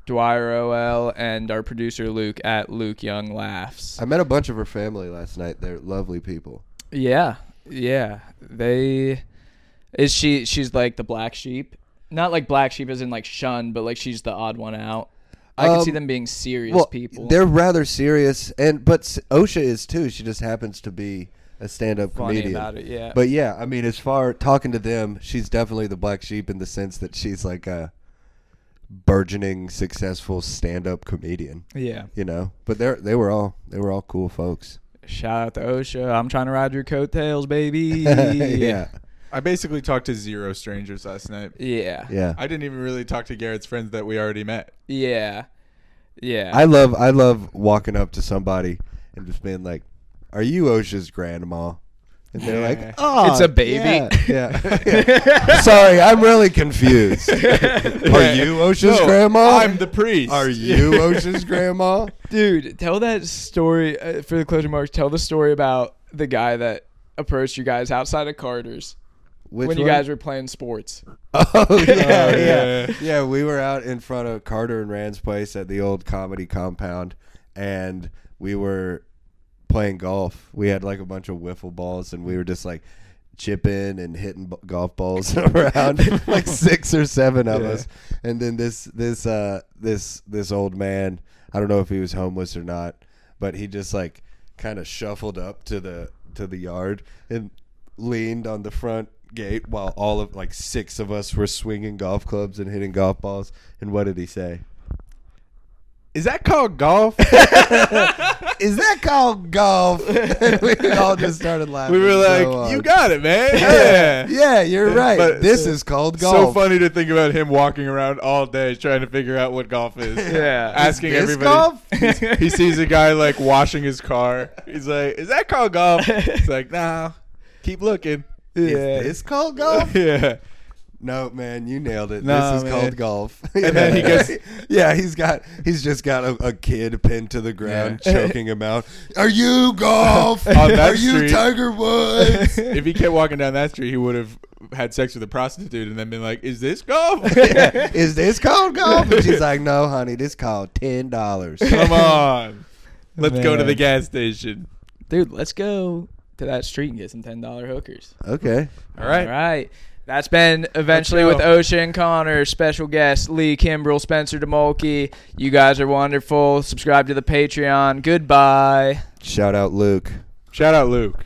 [SPEAKER 2] Dwyer OL and our producer Luke at Luke Young Laughs.
[SPEAKER 4] I met a bunch of her family last night. They're lovely people.
[SPEAKER 2] Yeah. Yeah. They is she she's like the black sheep. Not like black sheep as in like shun, but like she's the odd one out. I can see
[SPEAKER 4] Um,
[SPEAKER 2] them being serious people.
[SPEAKER 4] They're rather serious, and but S- OSHA is too. She just happens to be a stand-up
[SPEAKER 2] Funny
[SPEAKER 4] comedian.
[SPEAKER 2] about it, yeah.
[SPEAKER 4] But yeah, I mean, as far talking to them, she's definitely the black sheep in the sense that she's like a burgeoning, successful stand-up comedian.
[SPEAKER 2] yeah.
[SPEAKER 4] You know, but they are they were all they were all cool folks. *laughs*
[SPEAKER 2] Shout out to OSHA. I'm trying to ride your coattails, baby.
[SPEAKER 4] yeah,
[SPEAKER 3] I basically talked to zero strangers last night.
[SPEAKER 2] Yeah.
[SPEAKER 4] yeah.
[SPEAKER 3] I didn't even really talk to Garrett's friends that we already met.
[SPEAKER 2] Yeah. Yeah.
[SPEAKER 4] I love I love walking up to somebody and just being like, "Are you OSHA's grandma?" And they're
[SPEAKER 3] Yeah.
[SPEAKER 4] like, "Oh,
[SPEAKER 2] It's a baby."
[SPEAKER 4] Yeah. yeah. Sorry, I'm really confused. Are you OSHA's
[SPEAKER 3] No,
[SPEAKER 2] Oh.
[SPEAKER 4] grandma?
[SPEAKER 3] I'm the
[SPEAKER 4] *laughs*
[SPEAKER 3] priest.
[SPEAKER 4] Are you OSHA's grandma?
[SPEAKER 2] Dude, tell that story uh, for the closing remarks. Tell the story about the guy that approached you guys outside of Carter's
[SPEAKER 4] Which
[SPEAKER 2] when you
[SPEAKER 4] one?
[SPEAKER 2] guys were playing sports.
[SPEAKER 4] *laughs* Oh yeah,
[SPEAKER 3] Oh,
[SPEAKER 4] yeah,
[SPEAKER 3] yeah.
[SPEAKER 4] yeah. We were out in front of Carter and Rand's place at the old comedy compound, and we were playing golf. We had like a bunch of wiffle balls, and we were just like chipping and hitting b- golf balls *laughs* around, like six or seven of
[SPEAKER 3] Yeah.
[SPEAKER 4] us. And then this this uh this this old man, I don't know if he was homeless or not, but he just like kind of shuffled up to the to the yard and leaned on the front gate while all of like six of us were swinging golf clubs and hitting golf balls. And what did he say?
[SPEAKER 3] Is that called golf?
[SPEAKER 4] Is that called golf? *laughs* And we all just started laughing.
[SPEAKER 3] we were like,
[SPEAKER 4] so hard.
[SPEAKER 3] you got it, man. Yeah.
[SPEAKER 4] *laughs* yeah, you're right.
[SPEAKER 3] But-
[SPEAKER 4] this is called golf.
[SPEAKER 3] So funny to think about him walking around all day trying to figure out what
[SPEAKER 4] *laughs*
[SPEAKER 3] golf is.
[SPEAKER 2] Yeah.
[SPEAKER 3] Asking
[SPEAKER 4] Is this
[SPEAKER 3] everybody.
[SPEAKER 4] golf?
[SPEAKER 3] He's- *laughs* he sees a guy like washing his car. He's like, "Is that called golf?" It's like, "Nah, keep looking."
[SPEAKER 4] Is
[SPEAKER 3] *laughs*
[SPEAKER 4] this called golf?
[SPEAKER 3] yeah.
[SPEAKER 4] *laughs* No, man, you nailed it.
[SPEAKER 3] No,
[SPEAKER 4] this is
[SPEAKER 3] man.
[SPEAKER 4] called *laughs* golf.
[SPEAKER 3] And then he gets-
[SPEAKER 4] yeah, he's got, he's just got a, a kid pinned to the *laughs* ground, choking him out. Are you *laughs* golf?
[SPEAKER 3] On that
[SPEAKER 4] Are you
[SPEAKER 3] street.
[SPEAKER 4] Tiger *laughs* Woods?
[SPEAKER 3] If he kept walking down that street, he would have had sex with a prostitute and then been like, "Is this golf?" *laughs*
[SPEAKER 4] Yeah. Is this called golf? And she's like, no, honey, this called ten *laughs* dollars.
[SPEAKER 3] Come on, let's go to the
[SPEAKER 2] Man.
[SPEAKER 3] gas station.
[SPEAKER 2] Dude, let's go to that street and get some $10 hookers.
[SPEAKER 4] Okay.
[SPEAKER 3] All right.
[SPEAKER 2] All right. That's been eventually
[SPEAKER 3] Let's
[SPEAKER 2] with
[SPEAKER 3] go.
[SPEAKER 2] Ocean and Connor, special guest Lee Kimbrell, Spencer DeMolke. You guys are wonderful. Subscribe to the Patreon. Goodbye.
[SPEAKER 4] Shout out Luke.
[SPEAKER 3] Shout out Luke.